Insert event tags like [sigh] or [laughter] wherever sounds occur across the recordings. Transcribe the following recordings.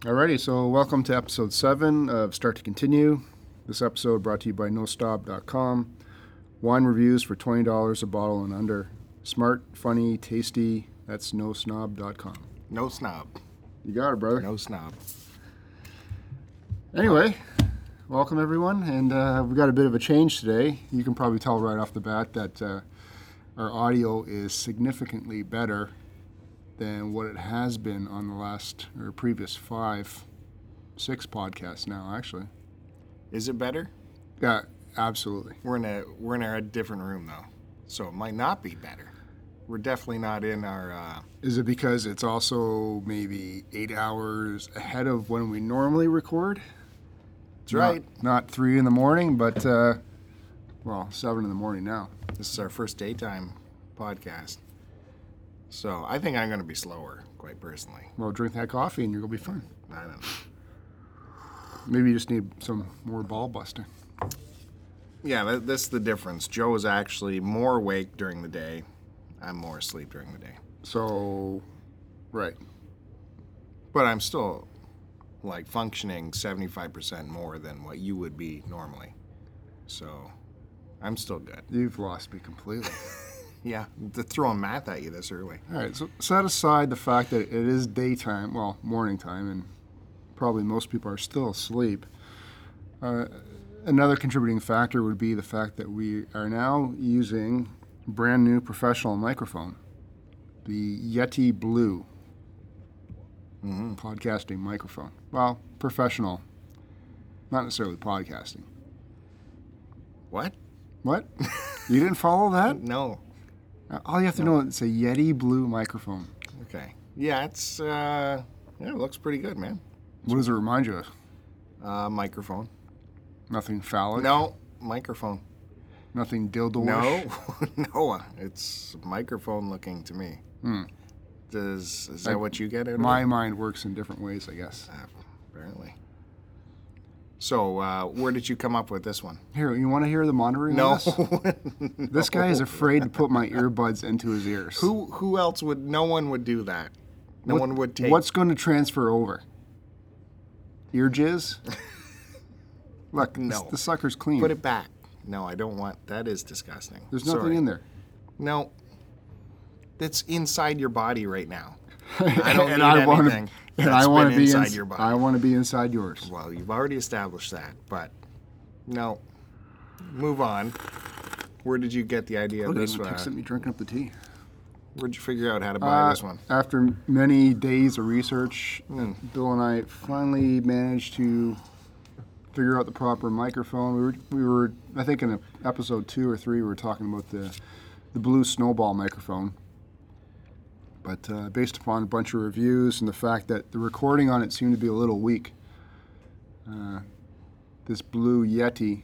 Alrighty, so welcome to episode seven of Start to Continue. This episode brought to you by NoStop.com. Wine reviews for twenty dollars a bottle and under. Smart, funny, tasty. That's NoSnob.com. No snob. You got it, brother. No snob. Anyway, welcome everyone, and uh, we got a bit of a change today. You can probably tell right off the bat that uh, our audio is significantly better than what it has been on the last or previous five, six podcasts now, actually. Is it better? Yeah, absolutely. We're in a we're in a different room though, so it might not be better. We're definitely not in our. Uh, Is it because it's also maybe eight hours ahead of when we normally record? that's right. Not, not three in the morning, but uh, well, seven in the morning now. This is our first daytime podcast, so I think I'm going to be slower, quite personally. Well, drink that coffee and you're gonna be fine. I don't know. Maybe you just need some more ball busting. Yeah, tha- that's the difference. Joe is actually more awake during the day. I'm more asleep during the day, So, right. but I'm still like functioning 75% more than what you would be normally. So, I'm still good. You've lost me completely. Yeah, they're throwing math at you this early. All right, so set aside the fact that it is daytime, well, morning time, and probably most people are still asleep. Uh, another contributing factor would be the fact that we are now using brand new professional microphone, the Yeti Blue Mm-hmm. podcasting microphone. Well, professional, not necessarily podcasting. What? [laughs] What? you didn't follow that? No. Uh, All you have to know is it's a Yeti Blue microphone. Okay. Yeah, it's uh, yeah, it looks pretty good, man. What does it remind you of? Uh, microphone. Nothing phallic. No, microphone. Nothing dildo. No, [laughs] no, it's microphone looking to me. Does is that what you get out of Hmm. My it? mind works in different ways, I guess. Uh, apparently. So, uh, where did you come up with this one? Here, you want to hear the monitoring? No. on This? this guy is afraid to put my earbuds into his ears. [laughs] who who else would? No one would do that. No What- one would take. What's going to transfer over? Ear [laughs] jizz? Look, No. this- the sucker's clean. Put it back. No, I don't want. That is disgusting. Hmm. There's nothing Sorry. in there. No. That's inside your body right now. I [laughs] don't and need I wanna- anything and that's I want to been be inside ins- your body. I want to be inside yours. Well, you've already established that, but no. Move on. Where did you get the idea of Look at this him one? texting me, drinking up the tea. Where'd you figure out how to buy Uh, this one? Hmm. After many days of research, Bill and I finally managed to figure out the proper microphone. We were, we were I think, in episode two or three, we were talking about the the blue snowball microphone. But uh, based upon a bunch of reviews and the fact that the recording on it seemed to be a little weak, uh, this blue Yeti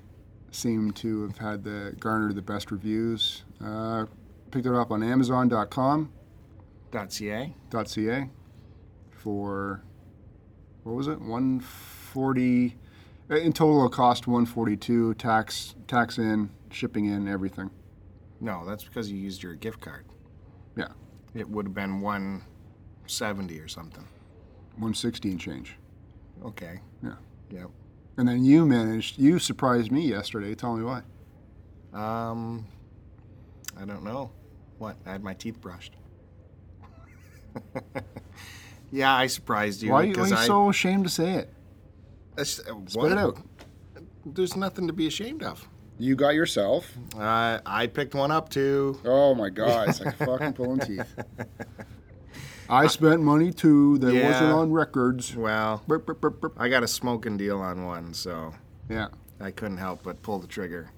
seemed to have had the garnered the best reviews. Uh, picked it up on Amazon.com .ca? ca for what was it 140 uh, in total it cost 142 tax tax in shipping in everything No, that's because you used your gift card. yeah It would have been 170 or something. 160 and change Okay. yeah Yep. and then you managed you surprised me yesterday tell me why Um, I don't know. What? I had my teeth brushed. [laughs] yeah, I surprised you. why, why are because you I, so ashamed to say it I s- uh, put what? it out There's nothing to be ashamed of. you got yourself Uh, I picked one up too. oh my god it's like fucking pulling teeth [laughs] i spent money too that Yeah. wasn't on records Well, Burp, burp, burp, burp. I got a smoking deal on one, so yeah I couldn't help but pull the trigger.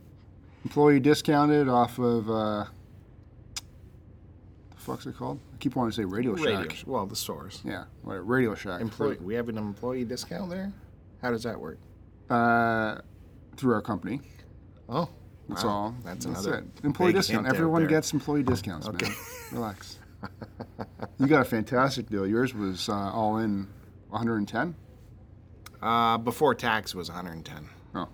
employee discounted off of uh, the fuck's it called? I keep wanting to say Radio Shack. Radio. Well, the source. Yeah, what- Radio Shack. Employee. We have an employee discount there. How does that work? Uh, through our company. Oh, That's wow. all. That's another it. Employee big discount. hint out Everyone there. gets employee discounts, man. [laughs] Relax. you got a fantastic deal. Yours was uh, all in 110. Uh, before tax was 110. Oh, all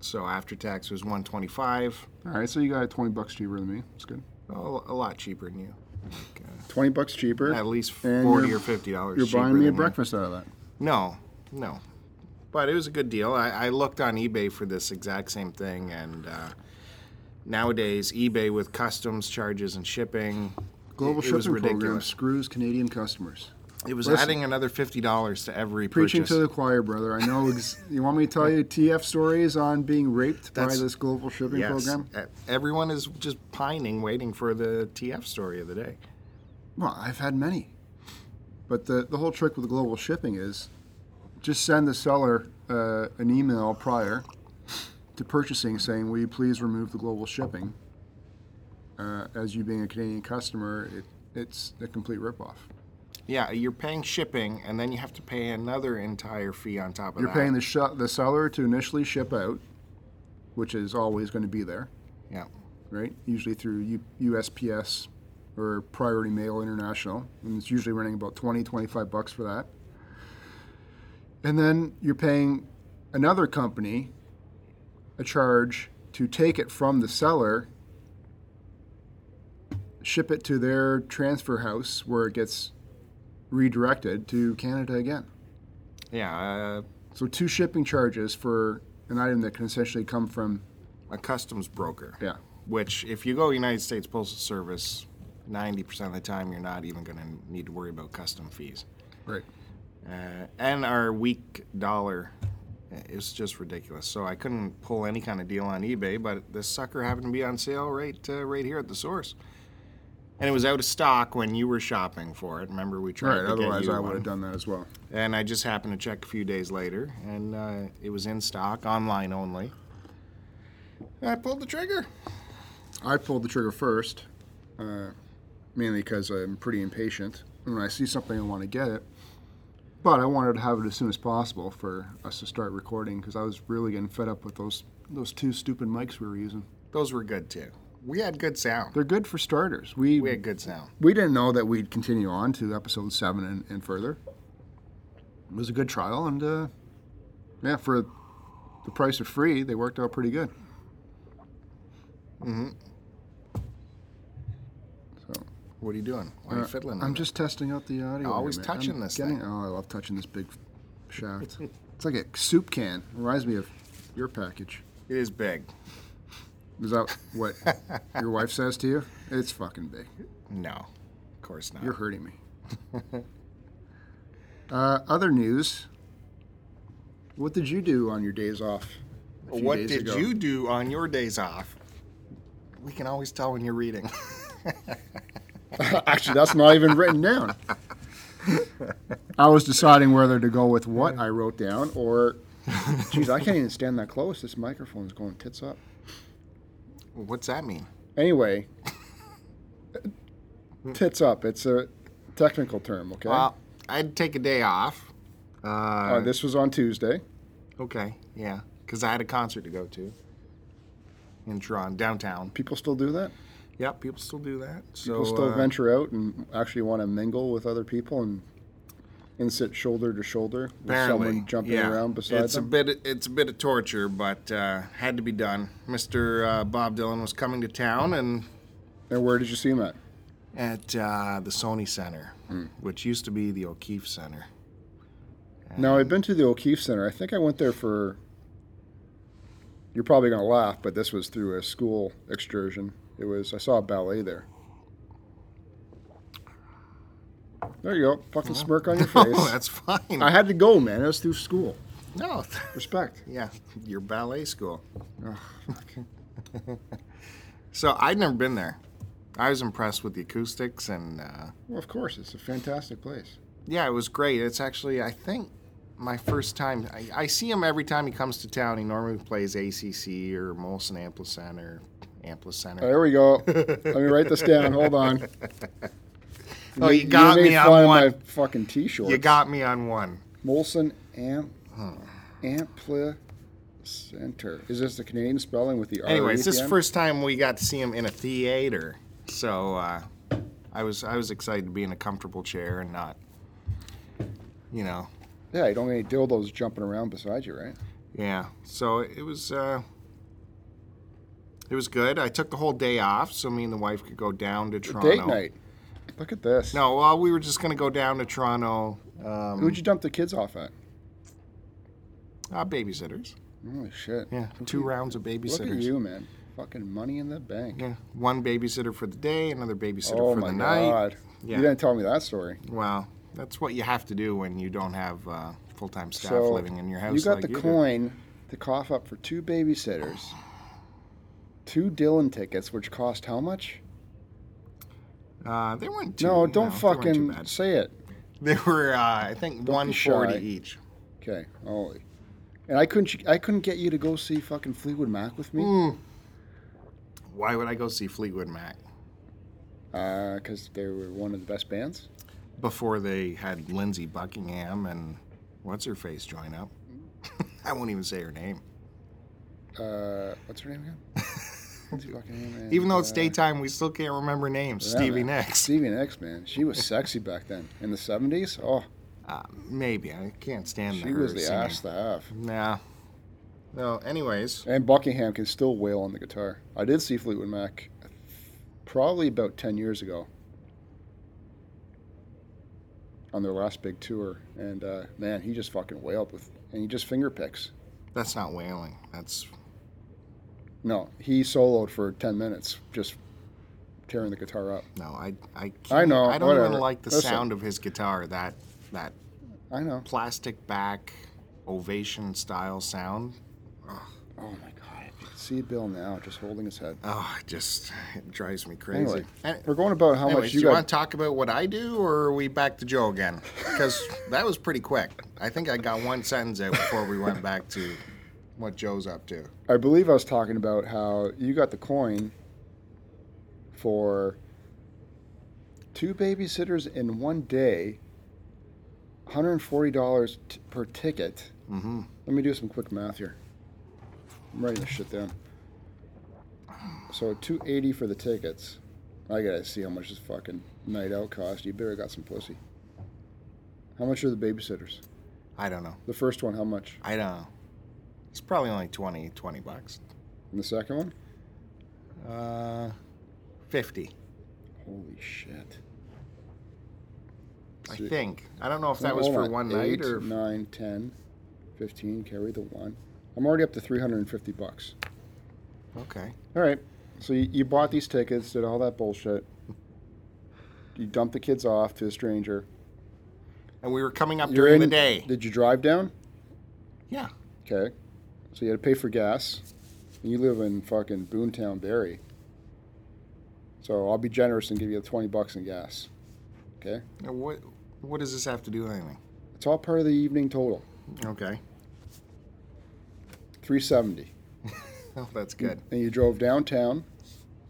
So after tax was 125. right. So you got it 20 bucks cheaper than me. That's good. Oh, a lot cheaper than you. Like, 20 bucks cheaper. uh, at least And 40 you're- or 50 dollars. You're buying me a breakfast out of that. No, no. But it was a good deal. I, I looked on eBay for this exact same thing, and uh, nowadays eBay with customs charges and shipping, Global it, it was shipping program ridiculous. screws Canadian customers. It was Listen. adding another fifty dollars to every Preaching purchase. to the choir, brother. I know. Ex- you want me to tell you TF stories on being raped by That's- this global shipping yes, program? E- everyone is just pining, waiting for the TF story of the day. Well, I've had many. But the, the whole trick with global shipping is just send the seller uh, an email prior to purchasing saying, Will you please remove the global shipping? Uh, as you being a Canadian customer, it, it's a complete ripoff. Yeah, you're paying shipping, and then you have to pay another entire fee on top of You're that. paying the, sh- the seller to initially ship out, which is always going to be there, yeah, right? Usually through U- USPS or Priority Mail International, and it's usually running about 20, 25 bucks for that. And then you're paying another company a charge to take it from the seller, ship it to their transfer house where it gets redirected to Canada again. yeah. Uh, So two shipping charges for an item that can essentially come from a customs broker. yeah. Which, if you go United States Postal Service, 90% of the time you're not even going to need to worry about custom fees. Right. Uh, and our weak dollar eh, is just ridiculous. So I couldn't pull any kind of deal on eBay, but this sucker happened to be on sale right uh, right here at the source. And it was out of stock when you were shopping for it. Remember, we tried Right. to get Otherwise, you I would one. have done that as well. And I just happened to check a few days later, and uh, it was in stock, online only. And I pulled the trigger. I pulled the trigger first, uh, mainly because I'm pretty impatient. When I see something, I want to get it. But I wanted to have it as soon as possible for us to start recording because I was really getting fed up with those those two stupid mics we were using. Those were good too. We had good sound. They're good for starters. We We we, had good sound. didn't know that we'd continue on to episode seven and, and further. It was a good trial, and uh, yeah, for the price of free, they worked out pretty good. Mm-hmm. So. What are you doing? Why are you fiddling? Uh, I'm just testing out the audio. Always here, man. I'm touching this getting- thing. Oh, I love touching this big [laughs] shaft. it's like a soup can. Reminds me of your package. It is big. Is that [laughs] what your wife says to you? It's fucking big. No, of course not. You're hurting [laughs] me. uh, other news. What did you do on your days off? a few what days did ago? you do on your days off? We can always tell when you're reading. [laughs] [coughs] Actually, that's not even written down. [laughs] I was deciding whether to go with what I wrote down or, geez, I can't even stand that close. This microphone is going tits up. What's that mean? [laughs] Anyway, tits up. It's a technical term, okay? Well, I'd take a day off. Uh, Uh, this was on Tuesday. Oh. okay, yeah, because I had a concert to go to in Toronto, downtown. People still do that? Yep, people still do that. So People still uh, venture out and actually want to mingle with other people and and sit shoulder to shoulder with Apparently, someone jumping yeah. around beside it's them. a bit it's a bit of torture, but uh, had to be done. Mr. Uh, Bob Dylan was coming to town, and and where did you see him at? at uh, the Sony Center, which used to be the O'Keefe Center. Now I've been to the O'Keefe Center. I think I went there for. You're probably going to laugh, but this was through a school excursion. It was I saw a ballet there. There you go, fucking smirk [laughs] on your Oh, face. that's fine. I had to go, man. It was through school. no, [laughs] Respect. yeah, your ballet school. [laughs] so I'd never been there. I was impressed with the acoustics, and uh, Well, of course, it's a fantastic place. yeah, it was great. It's actually, I think, my first time. I, I see him every time he comes to town. He normally plays ACC or Molson Amplicenter, or Amplicenter. There we go. Let me write this down. Hold on. [laughs] Oh, you got made me fun on of one. my fucking t-shirt. You got me on one. Molson Amp Ampli Center. Is this the Canadian spelling with the R? E Anyways, at this the is the end? first time we got to see him in a theater, so uh, I was I was excited to be in a comfortable chair and not, you know, Yeah, you don't get any dildos jumping around beside you, right? yeah. So it was uh, it was good. I took the whole day off, so me and the wife could go down to Toronto. Date night. Look at this. No, well, we were just gonna go down to Toronto Um, Who'd you dump the kids off at? ah, babysitters. Holy shit. Yeah, Look two at- rounds of Look babysitters. at you, man. Fucking money in the bank. Yeah, one babysitter for the day, another babysitter Oh for my the night. god. Yeah. You didn't tell me that story. Well, that's what you have to do when you don't have uh, full-time staff so living in your house. you got like the do. coin to cough up for two babysitters, two Dylan tickets, which cost how much? Uh, they weren't too. no, don't they weren't too fucking bad. say it. They were, uh, I think, be one forty shy. each. Okay, holy. And I couldn't, I couldn't get you to go see fucking Fleetwood Mac with me, Mm. Hmm. Why would I go see Fleetwood Mac because uh, they were one of the best bands. before they had Lindsey Buckingham and what's her face join up? [laughs] I won't even say her name, Uh, what's her name again? What's her fucking name? And, [laughs] even though it's uh, daytime. We still can't remember names. yeah, Stevie man. Nicks, Stevie Nicks, man, she was sexy back then in the '70s. Oh, uh, maybe I can't stand she her was the singing. ass to have. Nah. No. Anyways, And Buckingham can still wail on the guitar. I did see Fleetwood Mac uh, probably about 10 years ago on their last big tour. And uh, man, he just fucking wailed with, and he just finger picks. That's not wailing. That's No, he soloed for 10 minutes, just tearing the guitar up. no. I I can't, I know, I don't whatever. even like the Listen. sound of his guitar. That that I know. plastic back ovation style sound. Oh my God. You can see Bill now just holding his head. Oh, it just it drives me crazy. Anyway, An- we're going about how anyways, much do you you got. want to talk about what I do, or are we back to Joe again? Because that was pretty quick. I think I got one sentence out before we went back to what Joe's up to. I believe I was talking about how you got the coin for two babysitters in one day, $140 t- per ticket. Mm-hmm. Let me do some quick math here. I'm writing this shit down. So 280 for the tickets. I gotta see how much this fucking night out cost. You better got some pussy. How much are the babysitters? I don't know. The first one, how much? I don't know. It's probably only 20, 20 bucks. And the second one? Uh, fifty. Holy shit. I So- think. I don't know if that Well, was hold for on. one Eight, night or. nine, 10, 15, carry the one. I'm already up to 350 bucks. Okay. All right. So you, you bought these tickets, did all that bullshit. You dumped the kids off to a stranger. And we were coming up You're during the in- day. Did you drive down? yeah. Okay. So you had to pay for gas. And you live in fucking Boontown, Barry. So I'll be generous and give you 20 bucks in gas. Okay? Now What What does this have to do with anything? It's all part of the evening total. Okay. 370. [laughs] Oh, that's good. And you drove downtown.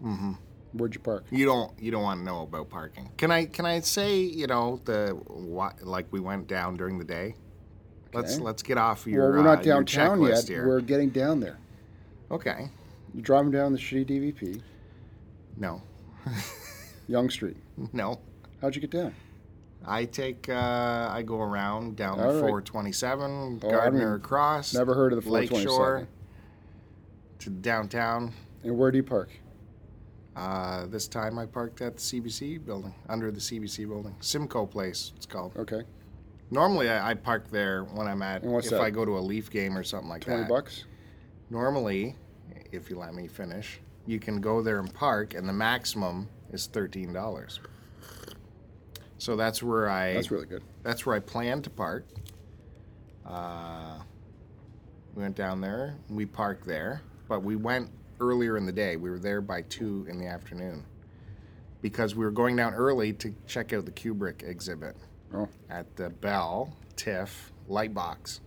hmm Where'd you park? You don't You don't want to know about parking. Can I Can I say you know the what like we went down during the day? Let's Okay. Let's get off your. well, we're not uh, your downtown yet. checklist Here. We're getting down there. Okay. You're driving down the shitty DVP, No. Young Street. No. How'd you get down? I take. Uh, I go around down All right. 427 Oh, I Gardner mean, Cross. Never heard of the 427. Lakeshore to downtown. And where do you park? Uh, this time I parked at the CBC building, under the CBC building, Simcoe Place. It's called. Okay, Normally I, I park there when I'm at And what's if that? I go to a Leaf game or something like twenty that. bucks. Normally, if you let me finish, you can go there and park, and the maximum is thirteen dollars. So that's where I That's really good. that's where I planned to park. Uh, we went down there. We parked there, but we went earlier in the day. We were there by two in the afternoon because we were going down early to check out the Kubrick exhibit Oh, at the Bell TIFF Lightbox.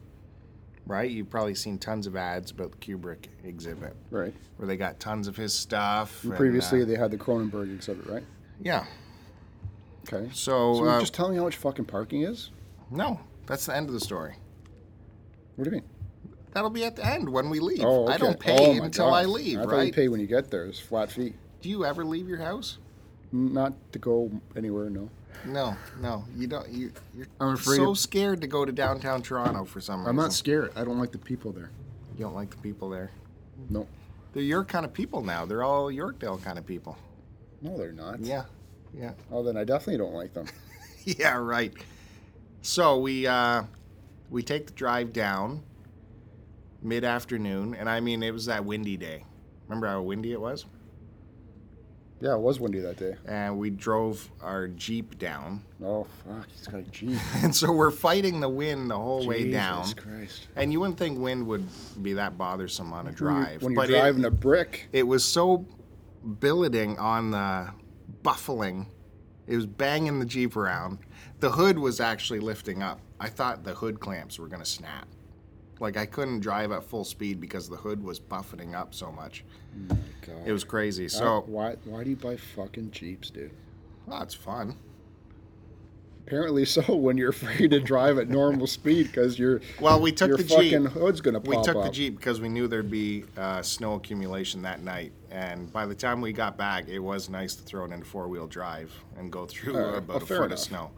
Right? You've probably seen tons of ads about the Kubrick exhibit right. where they got tons of his stuff. and, uh, Previously, they had the Cronenberg exhibit, right? yeah. Okay. So, So, uh, you just tell me how much fucking parking is. no, that's the end of the story. What do you mean? That'll be at the end when we leave. Oh, okay. I don't pay Oh, my until God. I leave, I thought you right? pay when you get there. It's flat fee. Do you ever leave your house? Not to go anywhere. No. No, no, you don't. You, you're I'm afraid so of- scared to go to downtown Toronto for some reason. I'm not scared. I don't like the people there. You don't like the people there. No. They're your kind of people now. They're all Yorkdale kind of people. No, they're not. Yeah, [laughs] yeah, Oh, then I definitely don't like them. yeah. Right. So we uh, we take the drive down mid afternoon, and I mean it was that windy day. Remember how windy it was? Yeah, it was windy that day. And we drove our jeep down, Oh fuck, he's got a Jeep. [laughs] and so we're fighting the wind the whole way down. Jesus Christ. And you wouldn't think wind would be that bothersome on a drive, When you're but it, driving a brick. it was so billeting on the buffling. It was banging the Jeep around. The hood was actually lifting up. I thought the hood clamps were going to snap. Like, I couldn't drive at full speed because the hood was buffeting up so much. God. It was crazy. Uh, So, why why do you buy fucking Jeeps, dude? well, it's fun. Apparently so [laughs] when you're afraid to drive at normal speed because your Well, we took your the Jeep. fucking hood's gonna pop We took up. the Jeep because we knew there'd be uh, snow accumulation that night. And by the time we got back, it was nice to throw it in four wheel drive and go through All right, about well, a foot fair of enough. snow.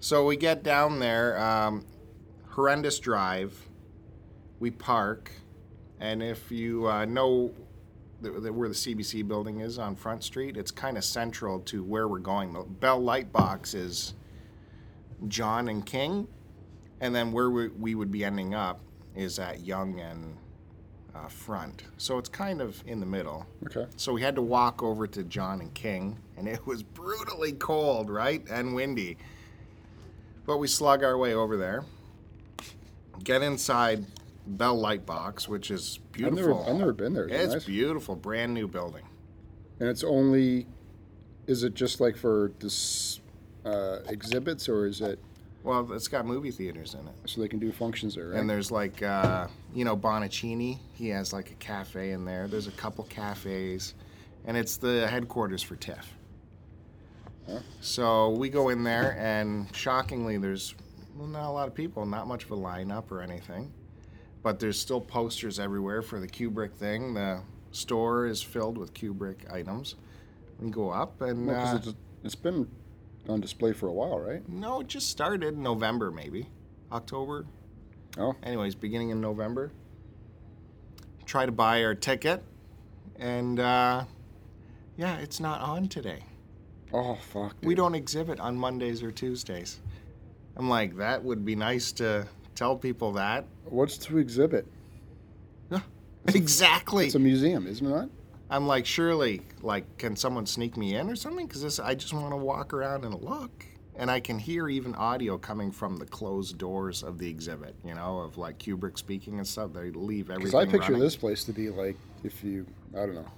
So we get down there, um, horrendous drive. We park. And if you uh, know th- th- where the CBC building is on Front Street, it's kind of central to where we're going. The Bell Light Box is John and King. And then where we, we would be ending up is at Young and uh, Front. So it's kind of in the middle. Okay. So we had to walk over to John and King, and it was brutally cold, right? And windy. But we slug our way over there, get inside Bell Light Box, which is I've never beautiful. I've never been there. Is it it's nice? beautiful, brand new building. And it's only, is it just like for dis, uh, exhibits or is it Well, it's got movie theaters in it. so they can do functions there, right? And there's like, uh, you know, Bonaccini. He has like a cafe in there. There's a couple cafes, and it's the headquarters for TIFF. So we go in there, and shockingly, there's well, not a lot of people, not much of a lineup or anything, but there's still posters everywhere for the Kubrick thing. The store is filled with Kubrick items. We go up, and Well, 'cause uh, it's, it's been on display for a while, right? no, it just started in November, maybe October, Oh, anyways, beginning in November. Try to buy our ticket, and uh, yeah, it's not on today. oh fuck. We dude. don't exhibit on Mondays or Tuesdays. I'm like, that would be nice to tell people that. [laughs] What's to exhibit? exactly. It's a museum, isn't it? Not? I'm like, surely, like, can someone sneak me in or something? Because this, I just want to walk around and look. And I can hear even audio coming from the closed doors of the exhibit, you know, of like Kubrick speaking and stuff. They leave everything. Because I picture running. this place to be like if you, I don't know,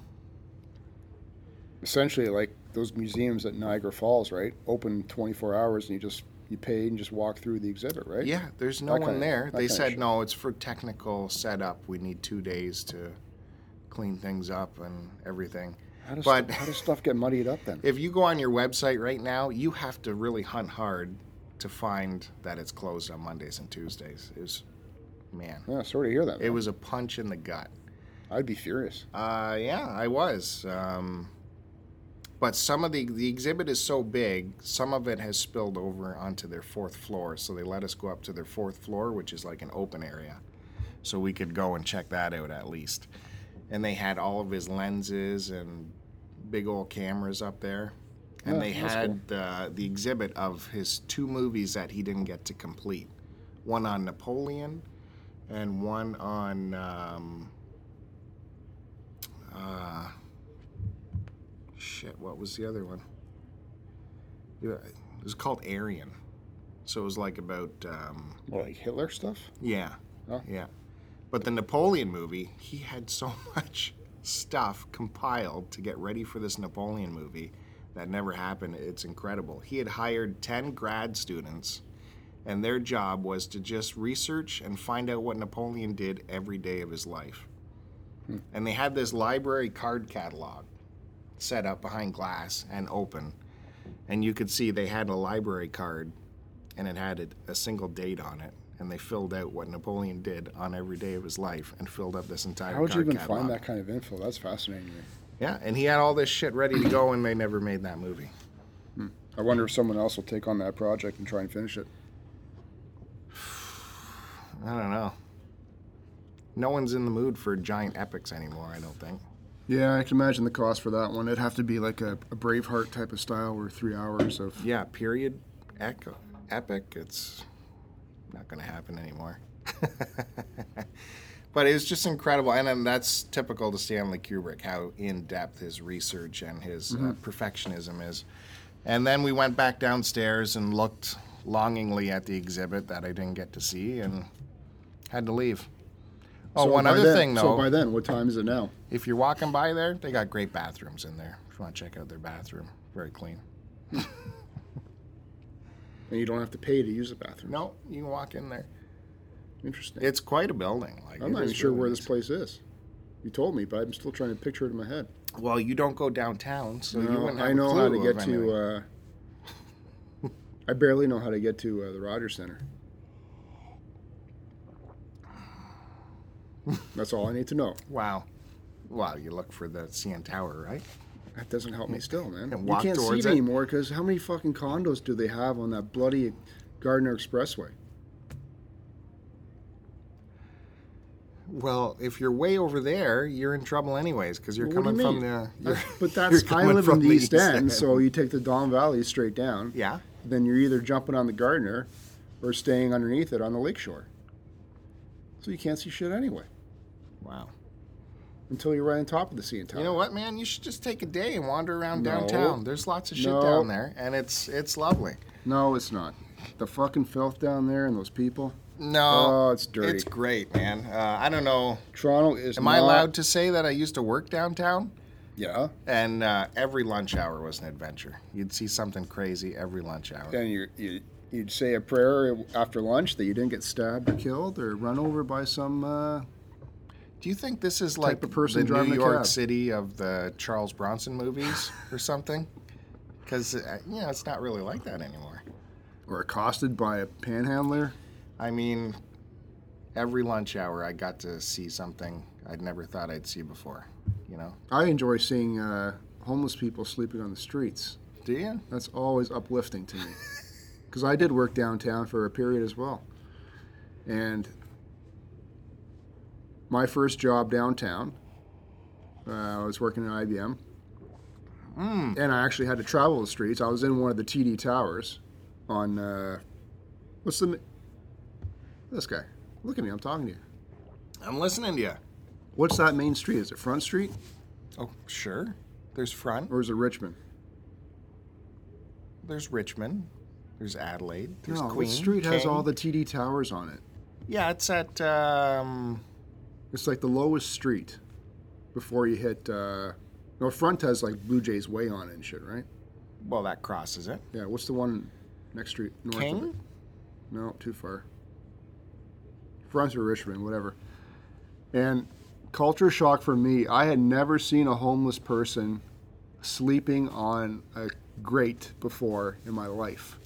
essentially like those museums at Niagara Falls, right? Open 24 hours and you just you pay and just walk through the exhibit, right? Yeah, there's no That one kinda- there. that They kinda said, shit. no, it's for technical setup. We need two days to clean things up and everything. How does But- how does stuff get muddied up then? If you go on your website right now, you have to really hunt hard to find that it's closed on Mondays and Tuesdays. It was, man, Yeah, sorry to hear that. it man. was a punch in the gut. I'd be furious. Uh, yeah, I was. Um, but some of the the exhibit is so big, some of it has spilled over onto their fourth floor. So they let us go up to their fourth floor, which is like an open area, so we could go and check that out at least. And they had all of his lenses and big old cameras up there, and Yeah, they that's had uh, the exhibit of his two movies that he didn't get to complete, one on Napoleon, and one on. Um, uh, shit, what was the other one? Yeah, It was called Aryan. So it was like about, um, Well, like Hitler stuff? yeah, Huh? yeah. But the Napoleon movie, he had [laughs] so much stuff compiled to get ready for this Napoleon movie that never happened. It's incredible. He had hired 10 grad students, and their job was to just research and find out what Napoleon did every day of his life Hmm. and they had this library card catalog set up behind glass and open and you could see they had a library card and it had a, a single date on it and they filled out what napoleon did on every day of his life and filled up this entire How would you card even catalog. find that kind of info? That's fascinating to me. yeah and he had all this shit ready to go and they never made that movie I wonder if someone else will take on that project and try and finish it. i don't know no one's in the mood for giant epics anymore i don't think Yeah, I can imagine the cost for that one. It'd have to be like a, a Braveheart type of style, where three hours of yeah period echo Epic. It's not going to happen anymore. [laughs] but it was just incredible, and then that's typical to Stanley Kubrick how in depth his research and his Mm-hmm. uh, perfectionism is. And then we went back downstairs and looked longingly at the exhibit that I didn't get to see and had to leave. Oh, So one by other then- thing though. So by then, what time is it now? If you're walking by there, they got great bathrooms in there. If you want to check out their bathroom, very clean. And you don't have to pay to use the bathroom. No, you can walk in there. Interesting. It's quite a building. Like I'm it not is even sure really where nice. this place is. You told me, but I'm still trying to picture it in my head. Well, you don't go downtown, so you No, wouldn't. Have I know a how clue to of get to. anything. Uh, [laughs] I barely know how to get to uh, the Rogers Center. That's all I need to know. wow, wow, you look for the CN Tower, right? That doesn't help me still, man. You And walk can't see towards it it. anymore because how many fucking condos do they have on that bloody Gardner Expressway? Well, if you're way over there, you're in trouble anyways because you're Well, what coming do from you the. mean? You're, [laughs] But you're that's I coming live in from the East End, so you take the Don Valley straight down. yeah, Then you're either jumping on the Gardner or staying underneath it on the lakeshore. So you can't see shit anyway wow. until you're right on top of the sea and tower. You know what, man? You should just take a day and wander around No. downtown. There's lots of shit No. down there, and it's it's lovely. No, it's not. The fucking filth down there and those people. No, Oh, it's dirty. Uh, It's great, man. Uh, I don't know. Toronto is. Am I not- allowed to say that I used to work downtown? Yeah. And uh, every lunch hour was an adventure. You'd see something crazy every lunch hour. And you you you'd say a prayer after lunch that you didn't get stabbed or killed or run over by some. Uh, Do you think this is like of person the driving New a York cab. City of the Charles Bronson movies or something? Because you know it's not really like that anymore. or accosted by a panhandler. I mean, every lunch hour I got to see something I'd never thought I'd see before. You know? I enjoy seeing uh, homeless people sleeping on the streets. Do you? That's always uplifting to [laughs] me. Because I did work downtown for a period as well. And my first job downtown, uh, I was working at IBM. Hmm. And I actually had to travel the streets. I was in one of the TD Towers on, uh, what's the, mi- this guy. Look at me, I'm talking to you. I'm listening to you. What's that main street? Is it Front Street Oh, sure. There's front. or is it Richmond? There's Richmond. There's Adelaide. There's no, Queen. the street has King. all the TD Towers on it. Yeah, it's at. Um, It's like the lowest street before you hit. Uh, no, front has like Blue Jays Way on it and shit, right? well, that crosses it. Yeah. What's the one next street north? Of it? King. No, too far. Front or Richmond, whatever. And culture shock for me. I had never seen a homeless person sleeping on a grate before in my life.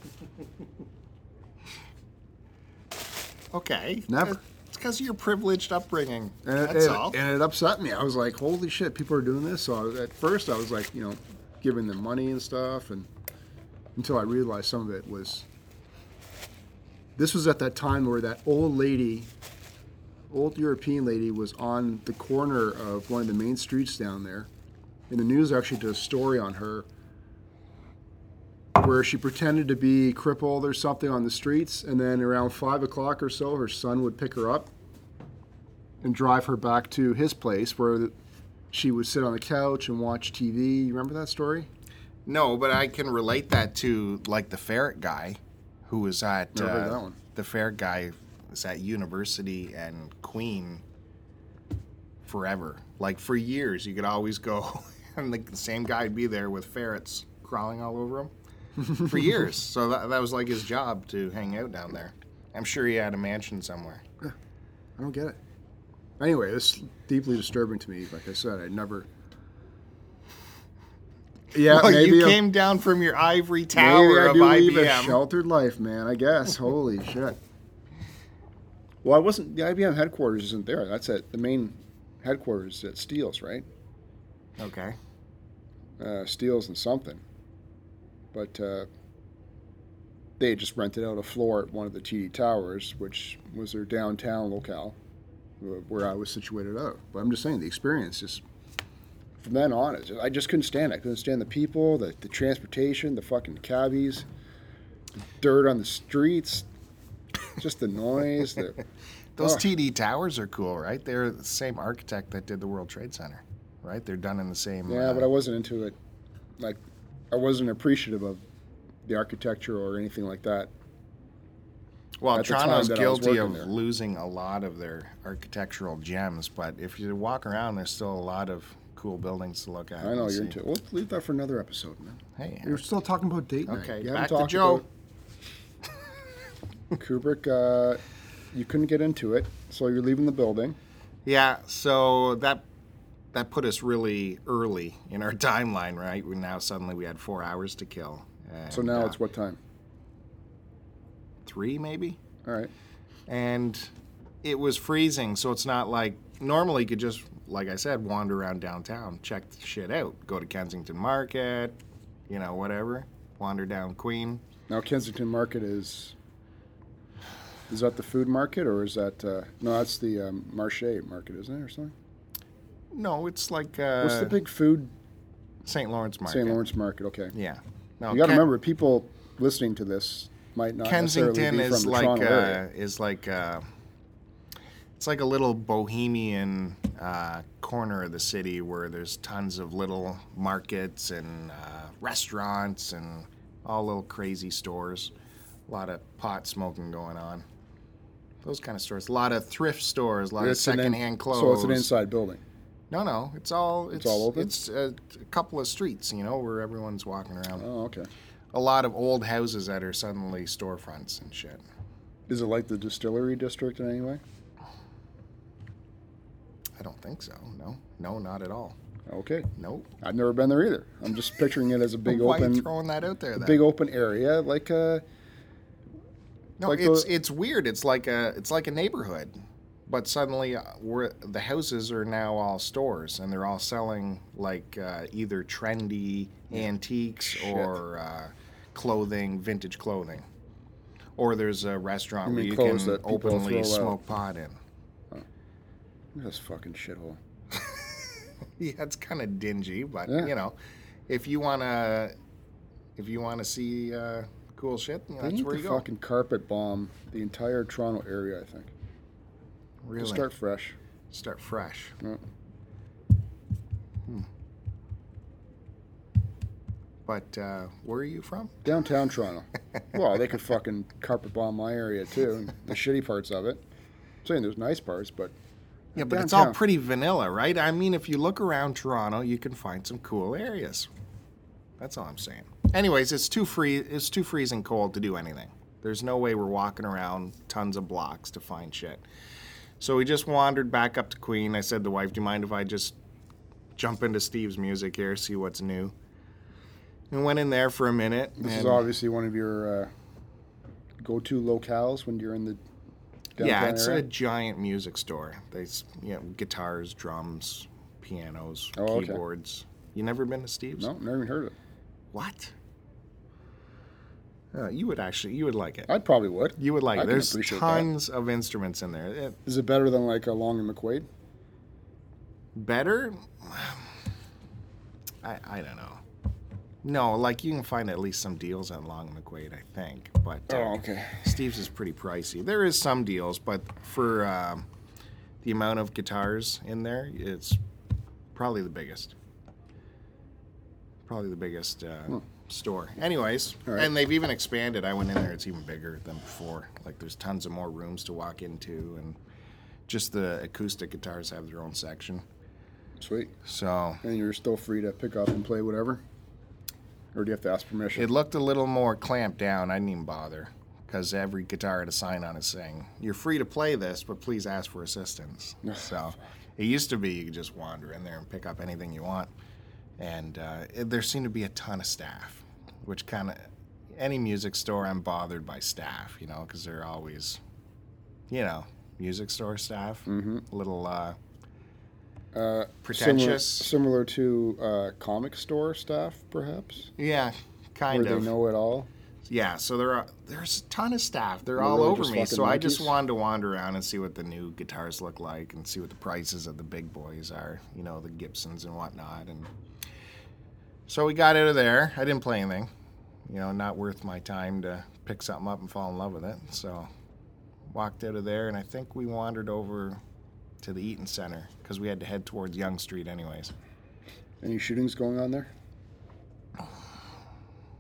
Okay. Never. Uh, It's because of your privileged upbringing. And it, That's and- all. and it upset me. I was like, holy shit, people are doing this. So I was, at first, I was like, you know, giving them money and stuff, and until I realized some of it was. This was at that time where that old lady, old European lady, was on the corner of one of the main streets down there, and the news actually did a story on her. Where she pretended to be crippled or something on the streets, and then around five o'clock or so, her son would pick her up and drive her back to his place where th- she would sit on the couch and watch TV. You remember that story? no, but I can relate that to like the ferret guy, who was at Never heard uh, that one. the ferret guy was at University and Queen forever. Like for years, you could always go, [laughs] and the same guy would be there with ferrets crawling all over him [laughs] for years. So that, that was like his job to hang out down there. I'm sure he had a mansion somewhere. I don't get it. Anyway, it's deeply disturbing to me. Like I said, I never. Yeah, Well, maybe you a- came down from your ivory maybe tower I of do leave a IBM. sheltered life, man. I guess. [laughs] Holy shit. Well, I wasn't. The IBM headquarters isn't there. That's at the main headquarters at Steele's, right? Okay. uh, Steels and something. But uh, they just rented out a floor at one of the TD Towers, which was their downtown locale uh, where I was situated out. But I'm just saying, the experience just from then on, it's I just couldn't stand it. I couldn't stand the people, the, the transportation, the fucking cabbies. dirt on the streets, just the noise. The, Those Oh. TD towers are cool, right? They're the same architect that did the World Trade Center, right? They're done in the same. yeah, uh, but I wasn't into it. Like, I wasn't appreciative of the architecture or anything like that. Well, at the time Toronto's that I was guilty working of there. losing a lot of their architectural gems, but if you walk around, there's still a lot of cool buildings to look at. I know you're and see. into it. We'll leave that for another episode, man. Hey, You're still talking about date night. okay, you haven't back to talked Joe. [laughs] Kubrick, uh, you couldn't get into it, so you're leaving the building. Yeah, so that that put us really early in our [laughs] timeline, right? We now suddenly we had four hours to kill. And, So now uh, it's what time? three, maybe. All right. and it was freezing. So it's not like normally you could just, like I said, wander around downtown, check the shit out, go to Kensington Market, you know, whatever, wander down Queen. Now Kensington Market is. Is that the food market or is that uh, no? That's the um, Marché Market, isn't it, or something? No, it's like uh, What's the big food St. Lawrence Market. St. Lawrence Market? Okay, Yeah. No, you got to Ken- remember people listening to this might not necessarily Kensington be is from the like Toronto area. uh, is like uh, it's like a little bohemian uh, corner of the city where there's tons of little markets and uh, restaurants and all little crazy stores. A lot of pot smoking going on. Those kind of stores. A lot of thrift stores. A lot It's of an in- secondhand clothes. So it's an inside building. No, no, it's all it's, all open? It's a, a couple of streets, you know, where everyone's walking around. Oh, okay. A lot of old houses that are suddenly storefronts and shit. Is it like the distillery district in any way? I don't think so. No, no, not at all. Okay, Nope. I've never been there either. I'm just picturing it as a big Why are you open, throwing that out there? Then? big open area, like uh, no, like it's the- it's weird. It's like a it's like a neighborhood, but suddenly uh, we're, the houses are now all stores, and they're all selling like uh, either trendy antiques or uh, clothing, vintage clothing. Or there's a restaurant You where mean you clothes can that people openly throw out? smoke pot in. this fucking shithole. [laughs] Yeah, it's kind of dingy, but Yeah. you know, if you wanna if you wanna see uh, cool shit, you know, They that's need where to you go. fucking carpet bomb the entire Toronto area. I think. Really, To start fresh. start fresh. Hmm. Yeah. But uh, where are you from? Downtown [laughs] Toronto. well, they could fucking carpet bomb my area too. and The shitty parts of it. I'm saying there's nice parts, but Yeah, but it's all Downtown. pretty vanilla, right? I mean, if you look around Toronto, you can find some cool areas. That's all I'm saying. Anyways, it's too free. It's too freezing cold to do anything. There's no way we're walking around tons of blocks to find shit. So we just wandered back up to Queen. I said to the wife, "Do you mind if I just jump into Steve's music here, see what's new?" And went in there for a minute. this is and- obviously one of your uh, go-to locales when you're in the downtown yeah, it's area. a giant music store. They, s- you know, guitars, drums, pianos, Oh, okay. keyboards. You never been to Steve's? No, never even heard of it. What? Uh, you would actually, you would like it. I probably would. You would like I it. can There's appreciate that. tons of instruments in there. It- Is it better than like a Long and McQuaid? better? [sighs] I, I don't know. No, like you can find at least some deals at Long and McQuaid, I think. But uh, okay. Steve's is pretty pricey. There is some deals, but for um, the amount of guitars in there, it's probably the biggest. Probably the biggest uh, store. Anyways, All right. and they've even expanded. I went in there; it's even bigger than before. Like there's tons of more rooms to walk into, and just the acoustic guitars have their own section. Sweet. So And you're still free to pick up and play whatever? Or do you have to ask permission? It looked a little more clamped down. I didn't even bother because every guitar had a sign on it saying, "You're free to play this, but please ask [laughs] for assistance." so it used to be you could just wander in there and pick up anything you want, and uh, it, there seemed to be a ton of staff, which kind of any music store I'm bothered by staff, you know, because they're always, you know, music store staff, a little uh, uh, Mm-hmm. similar, pretentious. similar to uh, comic store staff, perhaps? yeah, kind Where of. they know it all? Yeah, so there are there's a ton of staff. They're They're all really over just me. fucking So I just monkeys? wanted to wander around and see what the new guitars look like and see what the prices of the big boys are, you know, the Gibsons and whatnot. And so we got out of there. I didn't play anything. you know, not worth my time to pick something up and fall in love with it. So walked out of there, and I think we wandered over to the Eaton Center because we had to head towards Young Street, anyways. Any shootings going on there?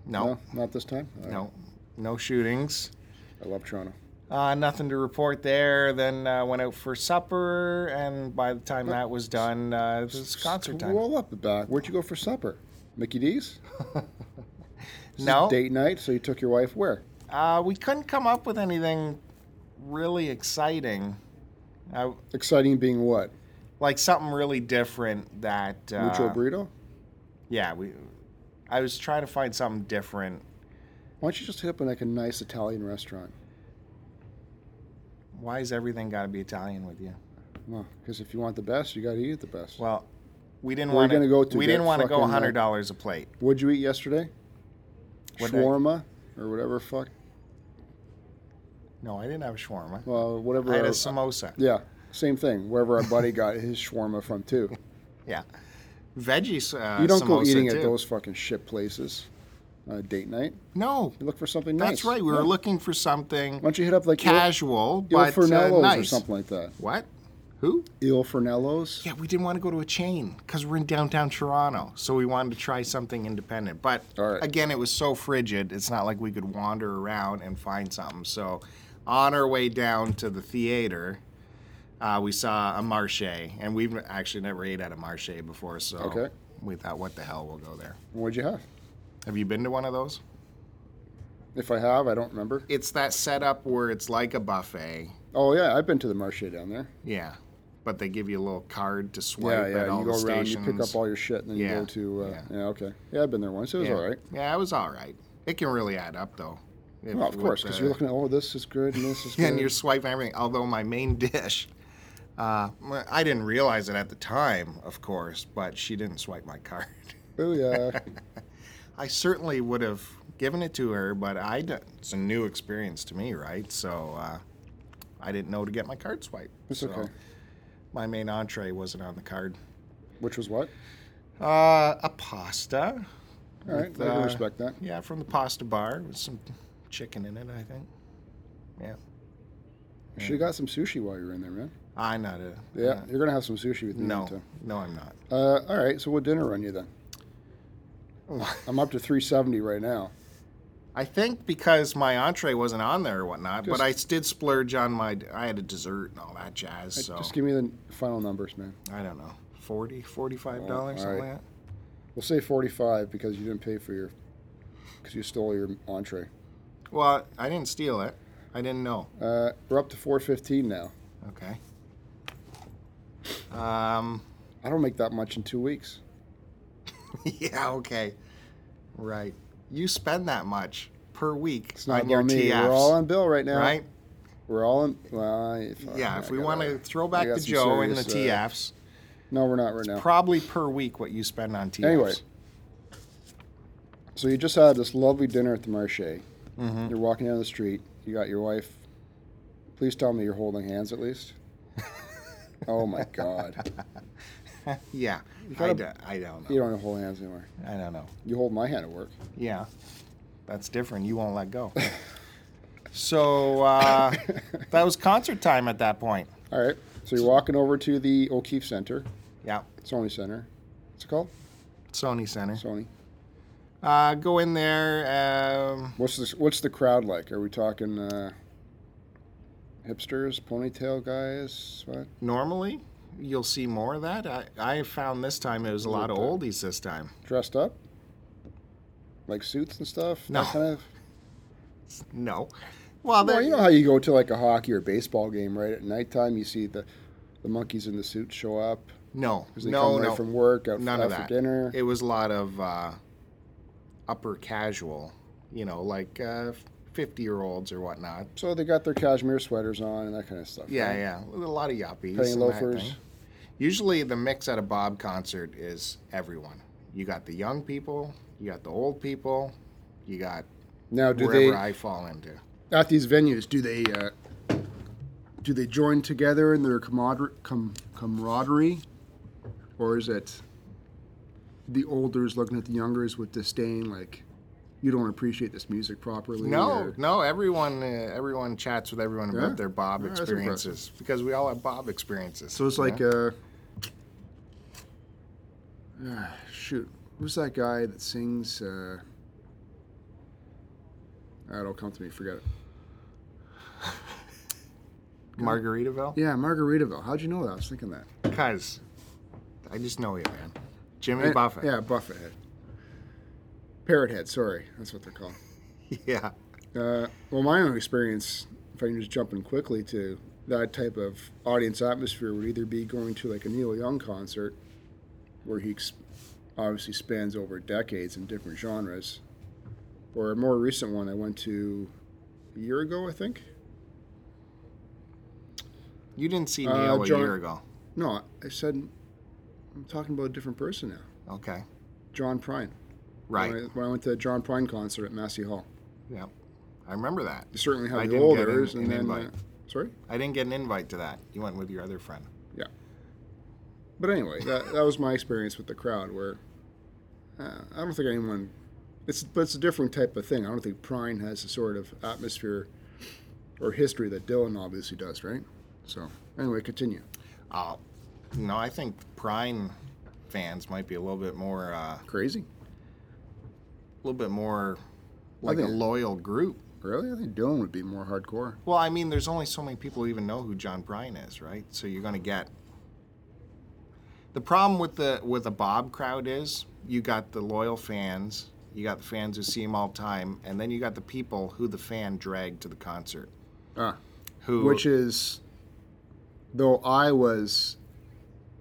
No, not this time. All no, right. no, shootings. I love Toronto. Uh, nothing to report there. Then uh, went out for supper, and by the time that was done, uh, it was concert time. Roll up about. Where'd you go for supper? Mickey [laughs] D's. This is No, Date night. So you took your wife where? uh, we couldn't come up with anything really exciting. Uh, Exciting being what? like something really different that uh, Mucho burrito. yeah we i was trying to find something different Why don't you just hit up in like a nice Italian restaurant? why is everything got to be italian with you Well, because if you want the best, you got to eat the best. well we didn't We're want gonna go to we that didn't want to go fucking, uh, $100 dollars a plate What'd you eat yesterday? What'd I- Shawarma or whatever. Fuck. no i didn't have a shawarma Well, whatever. i had a our- samosa yeah, same thing. Wherever our buddy got his shawarma from too. yeah veggie s- [laughs] uh, You don't samosa go eating too. at those fucking shit places. Uh, date night. no You look for something nice. that's right we were Yeah. looking for something Why don't you hit up like Il, casual Il but uh, Fornello's or nice something like that? what who Il Fornello's. yeah, we didn't want to go to a chain because we're in downtown Toronto, so we wanted to try something independent. But All right. again, it was so frigid; it's not like we could wander around and find something. So, on our way down to the theater, uh, we saw a marché, and we've actually never ate at a marché before, so Okay. we thought, "What the hell? We'll go there." What'd you have? Have you been to one of those? If I have, I don't remember. It's that setup where it's like a buffet, Oh yeah, I've been to the marché down there. yeah, but they give you a little card to Yeah, swipe yeah. at all You go the around, you stations. pick up all your shit, and then you Yeah, go to. Uh, yeah. yeah. Okay. Yeah, I've been there once. It was yeah. all right. Yeah, it was all right. It can really add up though. If- Well, of with course, because the- you're looking at oh, this is good and this is good. uh, [laughs] and you're swiping everything. Although my main [laughs] dish, uh, I didn't realize it at the time, of course, but she didn't swipe my card. [laughs] oh yeah. I certainly would have given it to her, but I d- it's a new experience to me, right? So uh, I didn't know to get my card swiped. It's so okay. My main entree wasn't on the card. Which was what? Uh, a pasta. All right, With, I can uh, respect that. Yeah, from the pasta bar with some chicken in it, I think. Yeah. Should have got some sushi while you were in there, man. I'm not a. Yeah, you're gonna have some sushi with me. No. too. No, I'm not. Uh, all right. So what dinner run you then? [laughs] I'm up to 370 right now. I think because my entree wasn't on there or whatnot, Just- but I did splurge on my. I had a dessert and all that jazz, so Just give me the final numbers, man. I don't know. 40 $45, Well, all something right. like that. We'll say 45 because you didn't pay for your, because you stole your entree. Well, I didn't steal it. I didn't know. Uh, we're up to 415 now. Okay. Um. [laughs] I don't make that much in two weeks. Yeah. Okay. Right. You spend that much per week It's not on your about me. TFs, We're all on bill right now. right? We're all in. Well, I- fuck, Yeah, I if we gotta- want to throw I back got to some Joe and the serious, uh, TFs, no, we're not right now. probably per week what you spend on TFs. Anyway. So you just had this lovely dinner at the Marché. You're walking down the street. You got your wife. Please tell me you're holding hands at least. oh my God! Yeah. I, gotta- do, I don't know. You don't hold hands anymore. I don't know. You hold my hand at work. Yeah. That's different. You won't [laughs] let go. so uh, that was concert time at that point. All right. So you're walking over to the O'Keefe Center, Yeah. Sony Center. What's it called? Sony Center. Sony. Uh, go in there. Um, What's this? What's the crowd like? Are we talking uh, hipsters, ponytail guys? What? normally, you'll see more of that. I, I found this time it was a lot of oldies this time. Dressed up? Like suits and stuff? No. That kind of. No. Well, Well, there, you know how you go to like a hockey or baseball game, right? At nighttime, you see the the monkeys in the suits show up no, 'cause they no, come right no. from work, out, None out of that. for dinner. It was a lot of uh, upper casual, you know, like uh, 50 year olds or whatnot. so they got their cashmere sweaters on and that kind of stuff. Yeah, right? yeah. With A lot of yuppies. Penny and that loafers. thing. Usually the mix at a Bob concert is everyone. You got the young people, you got the old people, you got Now, do wherever they I fall into. at these venues do they uh, do they join together in their camarader- com- camaraderie, or is it the olders looking at the youngers with disdain, like you don't appreciate this music properly. No, or- no. Everyone, uh, everyone chats with everyone about Yeah? their Bob Yeah, that's experiences because we all have Bob experiences. So it's you like, know? uh, ah, [sighs] shoot, who's that guy that sings? Uh, ah, it'll come to me. Forget it. Margaritaville. Yeah, Margaritaville. How'd you know that? I was thinking that. Because I just know you, man. Jimmy Eh, Buffett. Yeah, Buffett head. Parrot head. Sorry, that's what they're called. [laughs] yeah. Uh, well, my own experience, if I can just jump in quickly to that type of audience atmosphere, would either be going to like a Neil Young concert, where he ex- obviously spans over decades in different genres, or a more recent one I went to a year ago, I think. You didn't see Uh, Neil a John- year ago. No, I said I'm talking about a different person now. Okay. John Prine. Right. When I, when I went to a John Prine concert at Massey Hall, Yep. I remember that. you certainly I have the didn't get older, an- and an then uh, invite. sorry. I didn't get an invite to that. You went with your other friend. Yeah. But anyway, that, that was my experience with the crowd where uh, I don't think anyone. It's but it's a different type of thing. I don't think Prine has the sort of atmosphere or history that Dylan obviously does, right? So anyway, continue. Oh, no, I think Prime fans might be a little bit more, uh, a Crazy, little bit more like a think- loyal group. really? I think Dylan would be more hardcore. Well, I mean, there's only so many people who even know who John Prine is, right? So you're going to get the problem with the with a Bob crowd is you got the loyal fans, you got the fans who see him all the time, and then you got the people who the fan dragged to the concert. Ah, Who which is though I was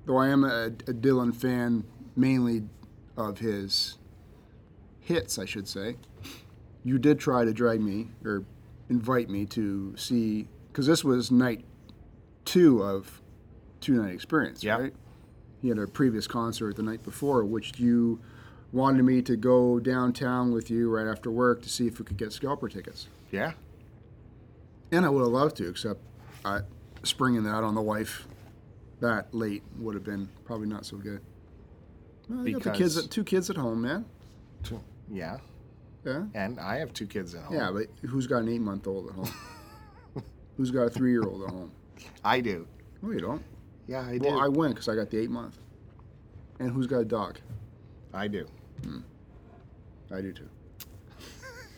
though I am a, a Dylan fan mainly of his hits, I should say. You did try to drag me or invite me to see because this was night two of two night experience, Yep. right? He had a previous concert the night before, which you wanted me to go downtown with you right after work to see if we could get scalper tickets. yeah, And I would have loved to, except I, springing that on the wife that late would have been probably not so good. Well, you got the kids, Because- two kids at home, man. Two- yeah, Yeah, and I have two kids at home. yeah, but who's got an eight-month-old [laughs] at home? who's got a three-year-old at home? I do. No, you don't. Yeah, I do. Well, I win because I got the eight-month. And who's got a dog? I do. I do too.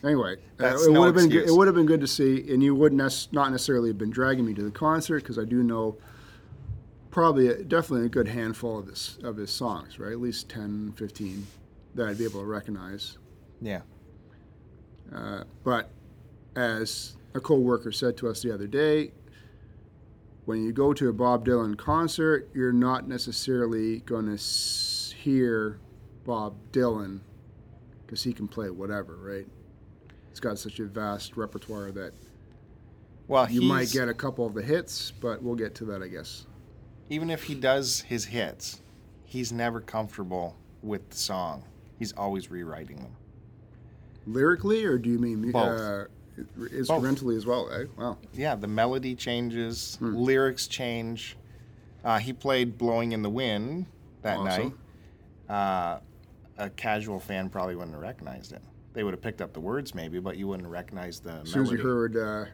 Anyway, uh, That's it no would have been good, it excuse. would have been good to see, and you would nec- not necessarily have been dragging me to the concert because I do know probably definitely a good handful of his of his songs, right? At least 10, 15 that I'd be able to recognize. Yeah. Uh, but as a coworker said to us the other day, when you go to a Bob Dylan concert, you're not necessarily going to s- hear Bob Dylan because he can play whatever, right? He's got such a vast repertoire that Well, you might Uh, he's- get a couple of the hits, but we'll get to that, I guess. even if he does his hits, he's never comfortable with the song. He's always rewriting them. Lyrically, or do you mean mu- Both. uh, instrumentally as well? Eh? Wow. Yeah, the melody changes, Hmm. lyrics change. Uh, he played "Blowing in the Wind" that Awesome. night. Uh, a casual fan probably wouldn't have recognized it. They would have picked up the words maybe, but you wouldn't recognize the As soon as melody. you heard uh,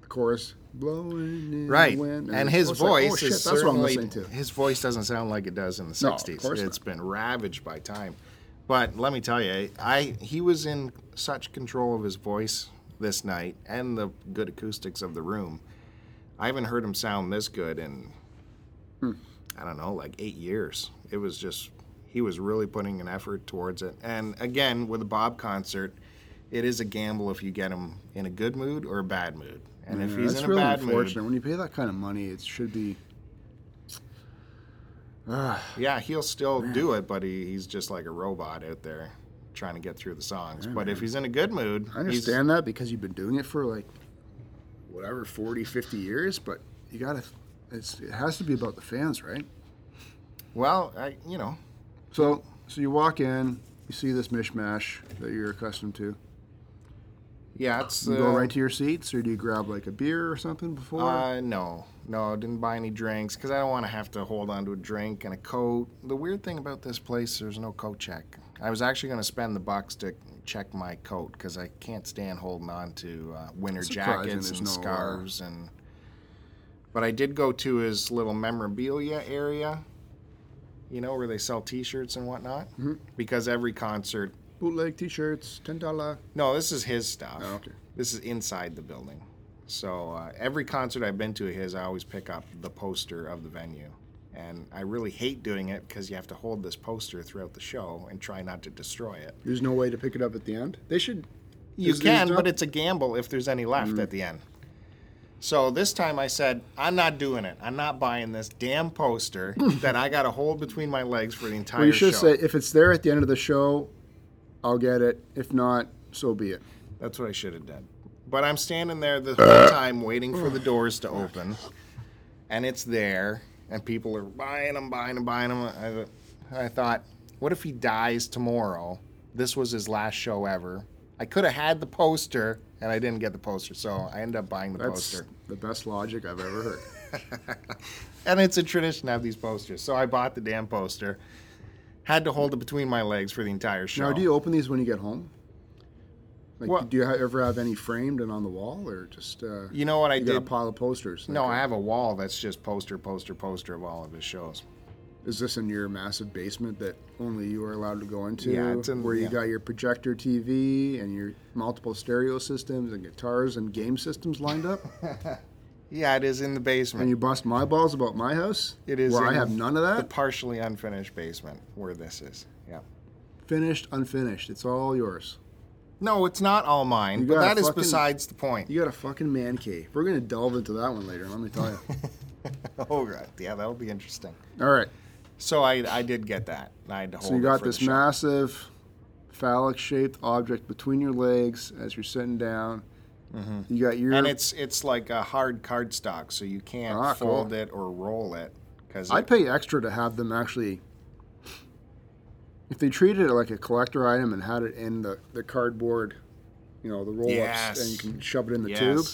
the chorus, blowing in right, the wind, and his I was like, voice oh, shit, is that's what I'm certainly listening to. his voice doesn't sound like it does in the No, of 60s. It's course been ravaged by time. But let me tell you, I he was in such control of his voice this night and the good acoustics of the room. I haven't heard him sound this good in Hmm. I don't know, like 8 years. It was just he was really putting an effort towards it. And again, with a Bob concert, it is a gamble if you get him in a good mood or a bad mood. And if Yeah, he's that's in a really bad mood, unfortunate. When you pay that kind of money, it should be. [sighs] Ah, Yeah, he'll still do it, but he, he's just like a robot out there trying to get through the songs. but if he's in a good mood, I understand that because you've been doing it for like whatever 40, 50 years, but you gotta. It's, it has to be about the fans, right? He's, well, I, you know, So, so you walk in, you see this mishmash that you're accustomed to. yeah, it's You go uh, right to your seats, or do you grab like a beer or something before? Uh, no, no, didn't buy any drinks because I don't want to have to hold on to a drink and a coat. The weird thing about this place, there's no coat check. I was actually going to spend the bucks to check my coat because I can't stand holding on to uh, winter Surprising jackets there's and no, uh, scarves and. But I did go to his little memorabilia area, you know, where they sell T-shirts and whatnot, Mm-hmm. because every concert. Bootleg T-shirts, ten dollar. No, this is his stuff. Oh, okay. This is inside the building. So uh, every concert I've been to of his, I always pick up the poster of the venue. And I really hate doing it because you have to hold this poster throughout the show and try not to destroy it. There's no way to pick it up at the end. They should. You is- is can, there- but it's a gamble if there's any Mm-hmm. left at the end. So this time I said, I'm not doing it. I'm not buying this [laughs] damn poster that I got to hold between my legs for the entire Well, you should show. say if it's there at the end of the show, I'll get it. If not, so be it. That's what I should have done. But I'm standing there the whole time waiting for the doors to open, and it's there, and people are buying them, buying them, buying them. I, I thought, what if he dies tomorrow? This was his last show ever. I could have had the poster, and I didn't get the poster, so I ended up buying the That's poster. the best logic I've ever [laughs] heard. And it's a tradition to have these posters, so I bought the damn poster. Had to hold it between my legs for the entire show. Now, do you open these when you get home? Like, Well- do you ha- ever have any framed and on the wall, or just uh, You know what I you got a did? pile of posters? No, Like, I have a wall that's just poster, poster, poster of all of his shows. is this in your massive basement that only you are allowed to go into? Yeah, it's in- where you yeah. got your projector TV and your multiple stereo systems and guitars and game systems lined up, Yeah, it is in the basement. and you bust my balls about my house. It is where I in have none of the that. partially unfinished basement where this is. Yeah. Finished, unfinished, it's all yours. No, it's not all mine, You but got a that is fucking- besides the point. You got a fucking man cave. We're gonna delve into that one later. Let me tell you. [laughs] oh, God. Yeah, that'll be interesting. [laughs] all right. So I, I did get that. and I had to hold So you it got for the this show. massive phallic-shaped object between your legs as you're sitting down. Mm-hmm. You got your. And it's it's like a hard cardstock, so you can't Ah, cool. fold it or roll it because I'd pay extra to have them actually. If they treated it like a collector item and had it in the, the cardboard, you know, the roll ups, Yes. and you can shove it in the yes. tube,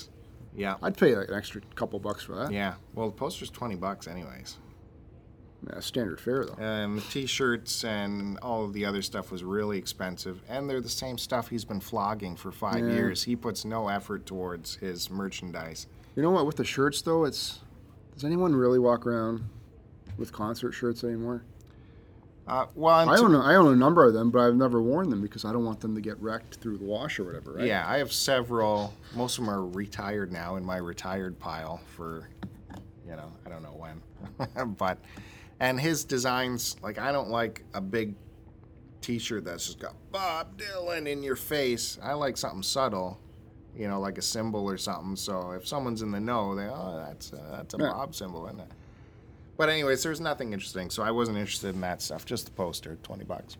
Yeah. I'd pay like an extra couple bucks for that. Yeah. Well, the poster's 20 bucks, anyways. Yeah, standard fare though. Um, the t-shirts and all of the other stuff was really expensive, and they're the same stuff he's been flogging for five Yeah. years. He puts no effort towards his merchandise. You know what? With the shirts though, it's does anyone really walk around with concert shirts anymore? Uh, well, I until, own a, I own a number of them, but I've never worn them because I don't want them to get wrecked through the wash or whatever. Right? yeah, I have several. Most of them are retired now in my retired pile for, you know, I don't know when, [laughs] but and his designs like I don't like a big t-shirt that's just got Bob Dylan in your face. I like something subtle, you know, like a symbol or something. So if someone's in the know, they oh that's a, that's a Yeah. Bob symbol, isn't it? But anyways, there's nothing interesting, so I wasn't interested in that stuff. Just the poster, twenty bucks.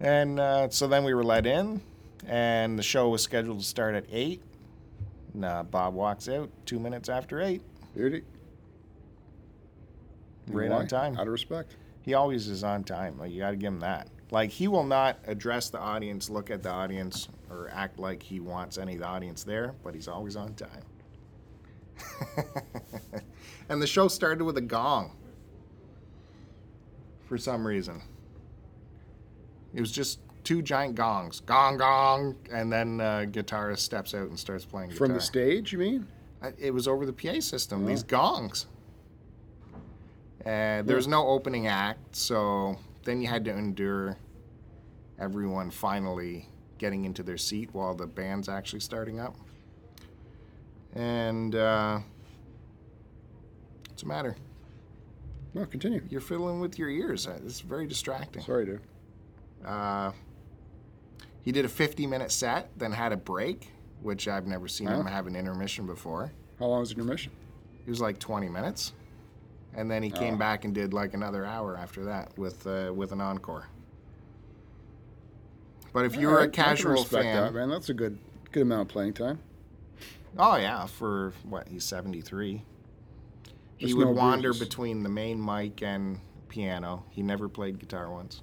And uh, so then we were let in, and the show was scheduled to start at eight. And, uh, Bob walks out two minutes after eight, Beauty. right Why? on time. Out of respect. He always is on time. Like you got to give him that. Like he will not address the audience, look at the audience, or act like he wants any of the audience there. But he's always on time. [laughs] and the show started with a gong. For some reason, it was just two giant gongs, gong gong, and then uh, guitarist steps out and starts playing guitar. From the stage, you mean? I- it was over the PA system. These gongs. And there was no opening act, so then you had to endure everyone finally getting into their seat while the band's actually starting up. And uh, what's the matter? No, continue. You're fiddling with your ears. Uh, It's very distracting. Sorry, dude. Uh, he did a 50-minute set, then had a break, which I've never seen him Huh? have an intermission before. How long is intermission? It was like 20 minutes, and then he came Oh. back and did like another hour after that with uh, with an encore. But if you All were right, a I casual can respect fan, that, man. That's a good good amount of playing time. oh yeah, for what he's 73, he There's would no wander bruises. between the main mic and piano. He never played guitar once.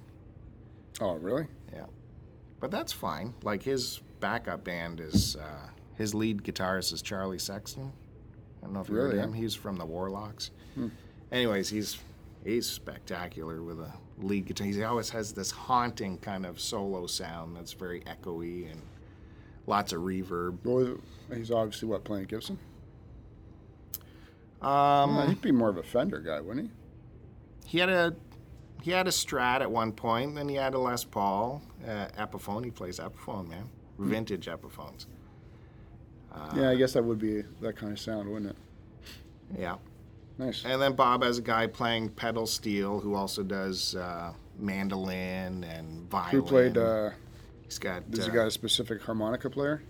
Oh, really? Yeah, but that's fine. Like his backup band is uh, his lead guitarist is Charlie Sexton. I don't know if you heard Really, him. eh? He's from the Warlocks. Anyways, he's he's spectacular with a lead guitar. He always has this haunting kind of solo sound that's very echoey and lots of reverb. Well, he's obviously what playing Gibson. Um, Well, he'd be more of a Fender guy, wouldn't he had a he had a Strat at one point, then he had a Les Paul uh, Epiphone. He plays Epiphone, man, vintage Epiphones. uh, he? Yeah, I guess that would be that kind of sound, wouldn't it? Yeah, Nice. and then Bob has a guy playing pedal steel who also does uh, mandolin and violin. Who played? Uh, He's got. does uh, he got a specific harmonica player?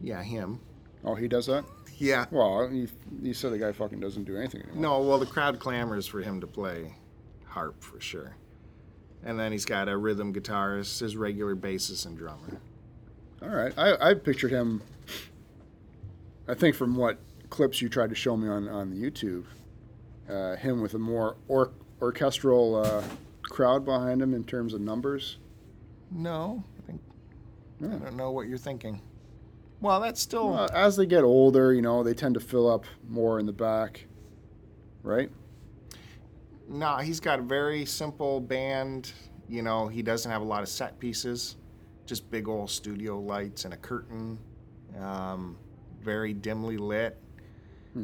Yeah, him. Oh, he does that. Yeah. Well, you, you said the guy fucking doesn't do anything anymore. No, well, the crowd clamors for him to play harp for sure. And then he's got a rhythm guitarist, his regular bassist and drummer. All right, I, I pictured him. I think from what clips you tried to show me on on YouTube, uh, him with a more or, orchestral uh, crowd behind him in terms of numbers. No, I, think, I Yeah. don't know what you're thinking. Well, that's still Hmm. Well, Uh, as they get older, you know, they tend to fill up more in the back, right? no. He's got a very simple band. You know, he doesn't have a lot of set pieces, just big old studio lights and a curtain. Um, very dimly lit.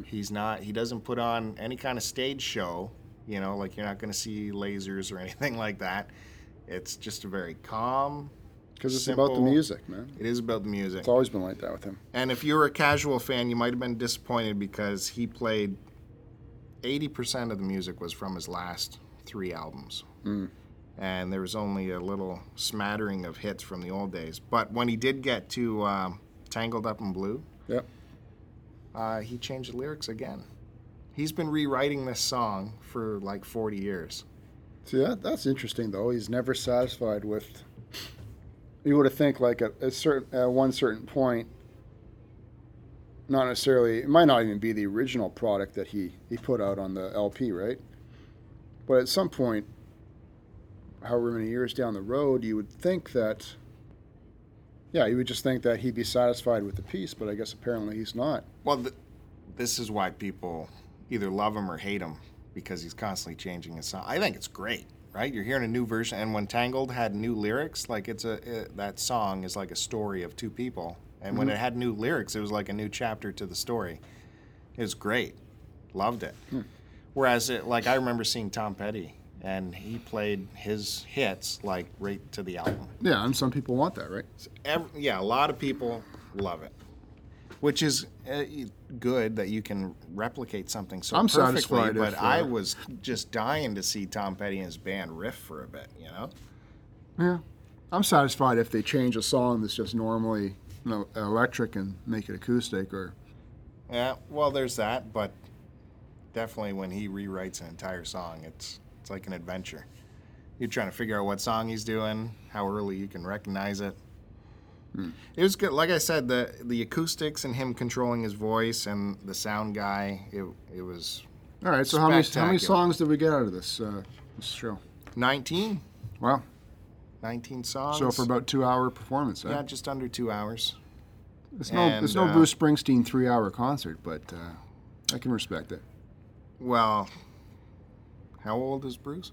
He's not. He doesn't put on any kind of stage show. You know, like you're not going to see lasers or [laughs] anything like that. It's just a very calm. Because it's about the Simple. music, man. It is about the music. It's always been like that with him. And if you were a casual fan, you might have been disappointed because he played 80% of the music was from his last three albums. And there was only a little smattering of hits from the old days. But when he did get to um, Tangled Up in Blue, Yep. uh, he changed the lyrics again. He's been rewriting this song for like 40 years. See, that, that's interesting though. He's never satisfied with. You would have think like at a certain at one certain point. Not necessarily. It might not even be the original product that he he put out on the LP, right? But at some point, however many years down the road, you would think that. Yeah, you would just think that he'd be satisfied with the piece, but I guess apparently he's not. Well, th- this is why people either love him or hate him because he's constantly changing his song. I think it's great, right? You're hearing a new version, and when Tangled had new lyrics, like it's a uh that song is like a story of two people, and when it had new lyrics, it was like a new chapter to the story. It was great, loved it. Whereas, it, like I remember seeing Tom Petty, and he played his hits like right to the album. Yeah, and some people want that, right? Ev yeah, a lot of people love it, which is uh, good that you can replicate something so I'm perfectly. satisfied But if, uh, I was just dying to see Tom Petty and his band riff for a bit, you know. Yeah. I'm satisfied if they change a song that's just normally you know, electric and make it acoustic or Yeah, well, there's that, but definitely when he rewrites an entire song, it's it's like an adventure. You're trying to figure out what song he's doing, how early you can recognize it. Hmm. It was good. Like I said, the the acoustics and him controlling his voice and the sound guy, it it was All right, so how many how many Spectacular. songs did we get out of this uh, this show? 19, Wow. 19 songs. So for about 2-hour performance, eh? yeah, just under two hours. It's no and, it's no uh, Bruce Springsteen 3-hour concert, but uh, I can respect it. Well, how old is Bruce?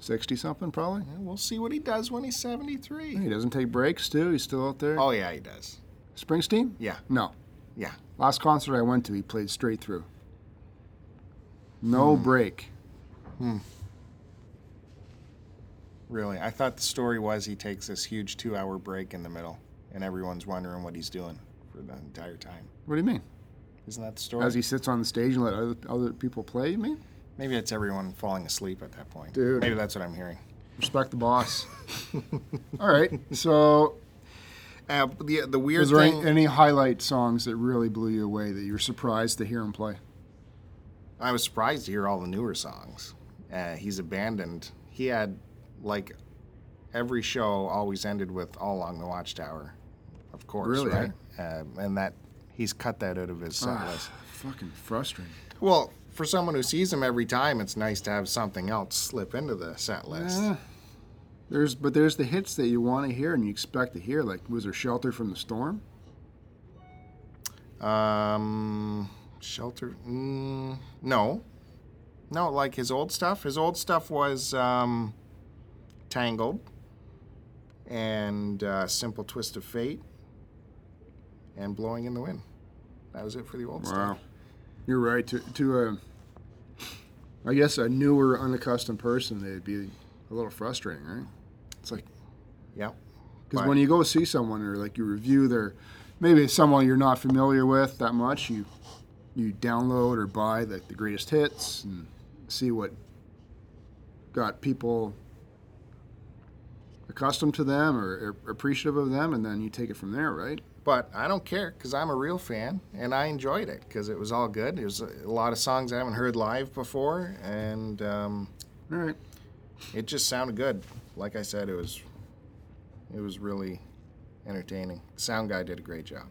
60 something probably. Yeah, we'll see what he does when he's seventy-three. He doesn't take breaks too. He's still out there. Oh yeah, he does. Springsteen? Yeah, No. yeah. Last concert I went to, he played straight through. Hmm. No break. Really? I thought the story was he takes this huge two hour break in the middle and everyone's wondering what he's doing for the entire time. What do you mean? Isn't that the story? As he sits on the stage and let other, other people play, you mean? Maybe it's everyone falling asleep at that point. Dude. Maybe that's what I'm hearing. Respect the [laughs] boss. All right. So, [laughs] Uh, but the, the weird is there thing. any, any highlight songs that really blew you away that you were surprised to hear him play? I was surprised to hear all the newer songs. Uh, he's abandoned. He had like every show always ended with "All Along the Watchtower," of course, Really, right? Um, and that he's cut that out of his set list. Ah, Fucking frustrating. Well, for someone who sees him every time, it's nice to have something else slip into the set list. Yeah. There's but there's the hits that you want to hear and you expect to hear. Like, was there "Shelter from the Storm"? Um, shelter? Mm, no, No, like his old stuff. His old stuff was um, Tangled and uh, Simple Twist of Fate and Blowing in the Wind. That was it for the old stuff. You're right. To, to a, I guess a newer, unaccustomed person, it'd be a little frustrating, right? It's like Yep. because Right. when you go see someone or like you review their, maybe it's someone you're not familiar with that much, you you download or buy like the greatest hits and see what got people accustomed to them or, or appreciative of them, and then you take it from there, right? But I don't care because I'm a real fan and I enjoyed it because it was all good. There's a a lot of songs I haven't heard live before and um, All right. it just sounded good. Like I said, it was it was really entertaining. Sound guy did a great job.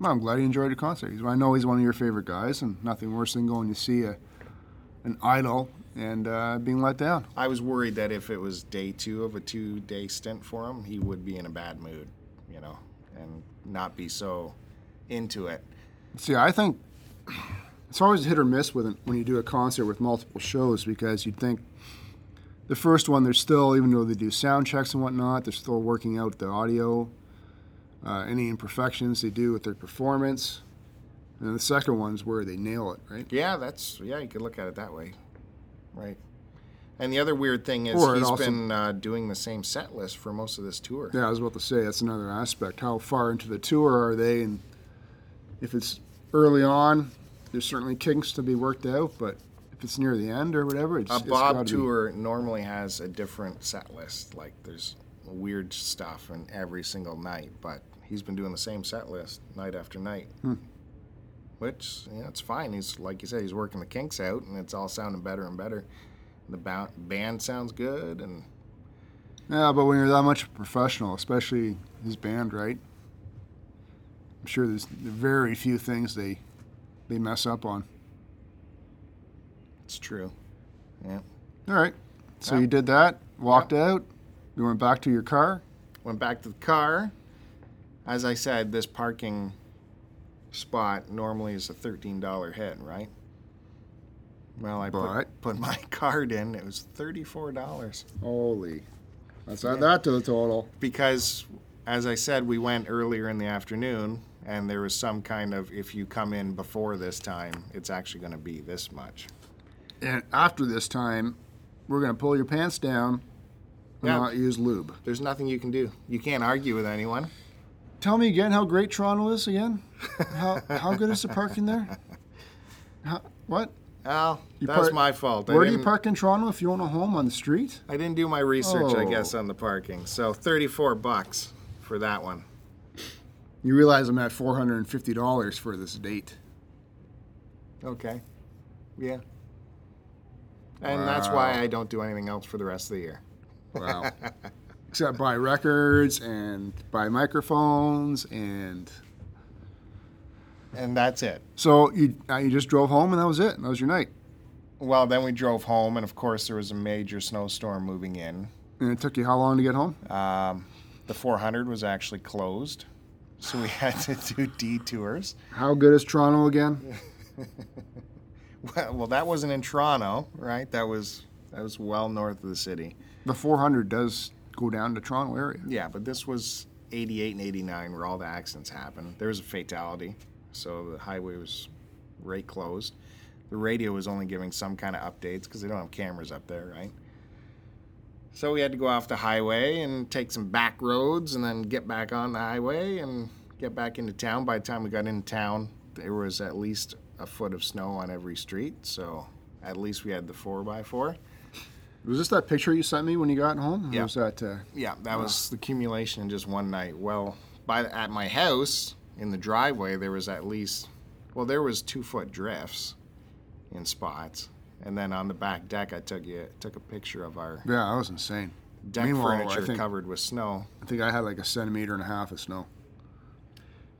Well, I'm glad he enjoyed the concert. He's- I know he's one of your favorite guys, and nothing worse than going to see a, an idol and uh, being let down. I was worried that if it was day two of a two day stint for him, he would be in a bad mood, you know, and not be so into it. See, I think it's always hit or miss with an, when you do a concert with multiple shows because you'd think the first one they're still, even though they do sound checks and whatnot, they're still working out the audio, uh, any imperfections they do with their performance, and then the second one's where they nail it, right? Yeah, that's, yeah, you could look at it that way. Right. And the other weird thing is Or it he's also- been uh, doing the same set list for most of this tour. Yeah, I was about to say that's another aspect. How far into the tour are they? And if it's early on, there's certainly kinks to be worked out. But if it's near the end or whatever, it's a it's Uh, Bob gotta be- tour normally has a different set list. Like there's weird stuff in every single night, but he's been doing the same set list night after night. Hmm. Which yeah, it's fine. He's like you said, he's working the kinks out, and it's all sounding better and better. The ba- band sounds good, and Yeah, but when you're that much of a professional, especially his band, right? I'm sure there's very few things they they mess up on. it's true. Yeah. All right, so Yeah. you did that, walked out, you went back to your car. went back to the car. As I said, this parking spot normally is a thirteen dollar head, right? Well, I But- put, put my [laughs] card in. It was thirty four dollars Holy, let's add that to the total. because, as I said, we went earlier in the afternoon, and there was some kind of if you come in before this time, it's actually going to be this much. And after this time, we're gonna pull your pants down and Yeah. not use lube. There's nothing you can do. You can't argue with anyone. Tell me again how great Toronto is again. How how good is the parking [laughs] there? How, what? Well, You that was park- my fault. I Where do you didn't- park in Toronto if you own a home on the street? I didn't do my research, I Oh. guess, on the parking. So 34 bucks for that one. You realize I'm at four hundred and fifty dollars for this date. Okay. Yeah. And that's why I don't do anything else for the rest of the year. [laughs] Wow. Except buy records and buy microphones and And that's it. so you uh, you just drove home and that was it. And that was your night. Well, then we drove home, and of course, there was a major snowstorm moving in. And it took you how long to get home? Um, the 400 was actually closed, so we [laughs] had to do detours. How good is Toronto again? Well, well, that wasn't in Toronto, right? That was that was well north of the city. The 400 does go down to Toronto area. Yeah, but this was 88 and 89 where all the accidents happened. There was a fatality, so the highway was right closed. The radio was only giving some kind of updates because they don't have cameras up there, right? So we had to go off the highway and take some back roads and then get back on the highway and get back into town. By the time we got into town, there was at least a foot of snow on every street, so at least we had the 4x4. Was this that picture you sent me when you got home? Or Yeah. Was that uh, Yeah, that was the accumulation in just one night. Well, by at my house in the driveway, there was at least, well, there was two foot drifts in spots, and then on the back deck, I took you took a picture of our yeah, that was insane. deck Meanwhile, I furniture think- covered with snow. I think I had like a centimeter and a half of snow.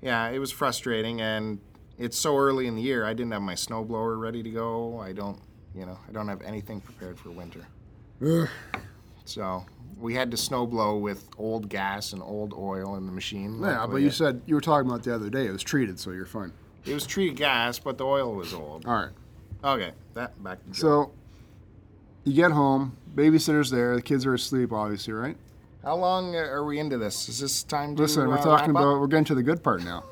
Yeah, it was frustrating, and it's so early in the year. I didn't have my snowblower ready to go. I don't, you know, I don't have anything prepared for winter. Ugh. So we had to snowblow with old gas and old oil in the machine. Yeah, Luckily, but you it- said you were talking about the other day. It was treated, so you're fine. It was tree gas, but the oil was old. All right. Okay, that back to Joe. So You get home, babysitter's there, the kids are asleep, obviously, right? How long are we into this? Is this time to Listen, we're uh, talking wrap up? about we're getting to the good part now.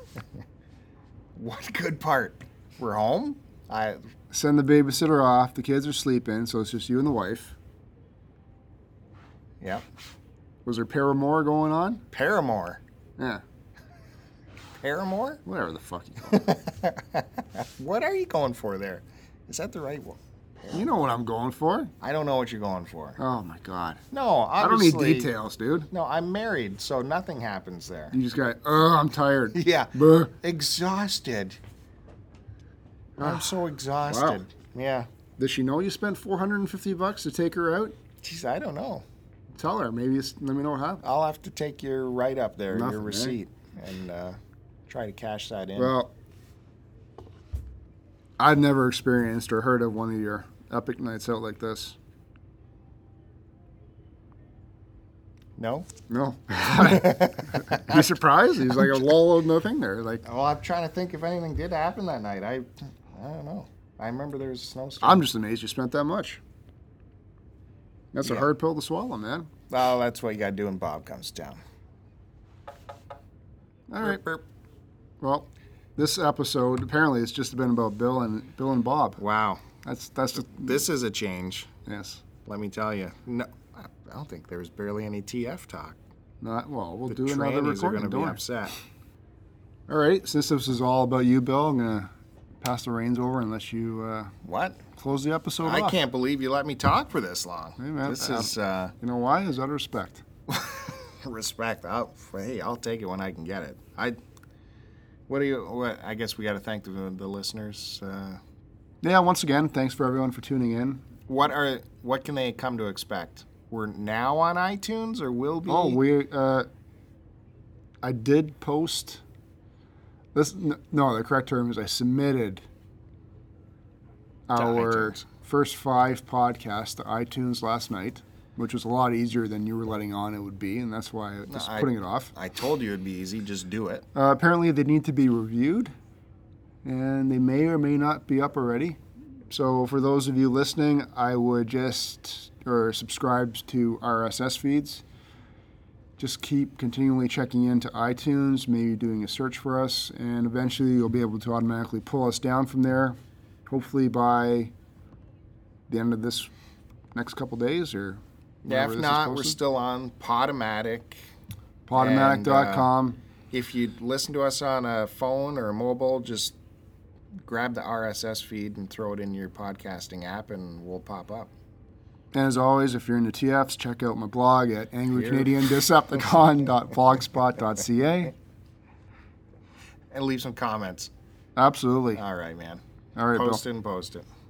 what good part? We're home. I Send the babysitter off. The kids are sleeping, so it's just you and the wife. yeah. Was there Paramore going on? Paramore. Yeah, Paramore? whatever the fuck you call [laughs] it. What are you going for there? Is that the right one? you know what I'm going for? I don't know what you're going for. Oh my god, No, I don't obviously. need details, dude. No, I'm married, so nothing happens there. [laughs] You just got, oh, I'm tired. Yeah. Bleh. Exhausted. [sighs] I'm so exhausted. Yeah. Does she know you spent 450 bucks to take her out? Jeez, I don't know. Tell her. Maybe it's, let me know what happened. I'll have to take your write up there, Nothing, your eh? receipt, and uh, try to cash that in. Well, I've never experienced or heard of one of your epic nights out like this. [laughs] no? No. you surprised? He's like a lull of nothing there. Like, [laughs] Well, I'm trying to think if anything did happen that night. I, I don't know. I remember there was a snowstorm. I'm just amazed you spent that much. That's a Yeah. hard pill to swallow, man. Oh, that's what you got to do when Bob comes down. All right. Burp, burp. Well, this episode apparently it's just been about Bill and Bill and Bob. Wow, That's that's the, this is a change. yes. Let me tell you. No, I I don't think there was barely any TF talk. Not well. We'll The do another trannies are recording. going to be Don't worry. upset. All right. Since this is all about you, Bill, I'm gonna pass the reins over and let you uh, What? close the episode. I off. can't believe you let me talk for this long. Hey, man, this um, is uh, You know why? Is out of respect. [laughs] respect. I'll, hey, I'll take it when I can get it. I. What do you? What? I guess we got to thank the, the listeners. Uh, Yeah. Once again, thanks for everyone for tuning in. what are? What can they come to expect? We're now on iTunes, or will be? Oh, we. Uh, I did post. This n- no, the correct term is I submitted our iTunes. first five podcasts to iTunes last night, which was a lot easier than you were letting on it would be, and that's why I was I- putting it off. I told you it'd be easy. Just do it. Uh, apparently, they need to be reviewed, and they may or may not be up already. So, for those of you listening, I would just or subscribe to RSS feeds. Just keep continually checking into iTunes, maybe doing a search for us, and eventually you'll be able to automatically pull us down from there. Hopefully by the end of this next couple days, or whenever Yeah, if this is not, we're posted. still on Podomatic. uh, Podomatic.com. If you listen to us on a phone or a mobile, just grab the RSS feed and throw it in your podcasting app, and we'll pop up. And as always, if you're into TFs, check out my blog at Here. [laughs] angrycanadiandesepticon.blogspot.ca. And leave some comments. Absolutely. All right, man. All right, Bill. Post it and post it.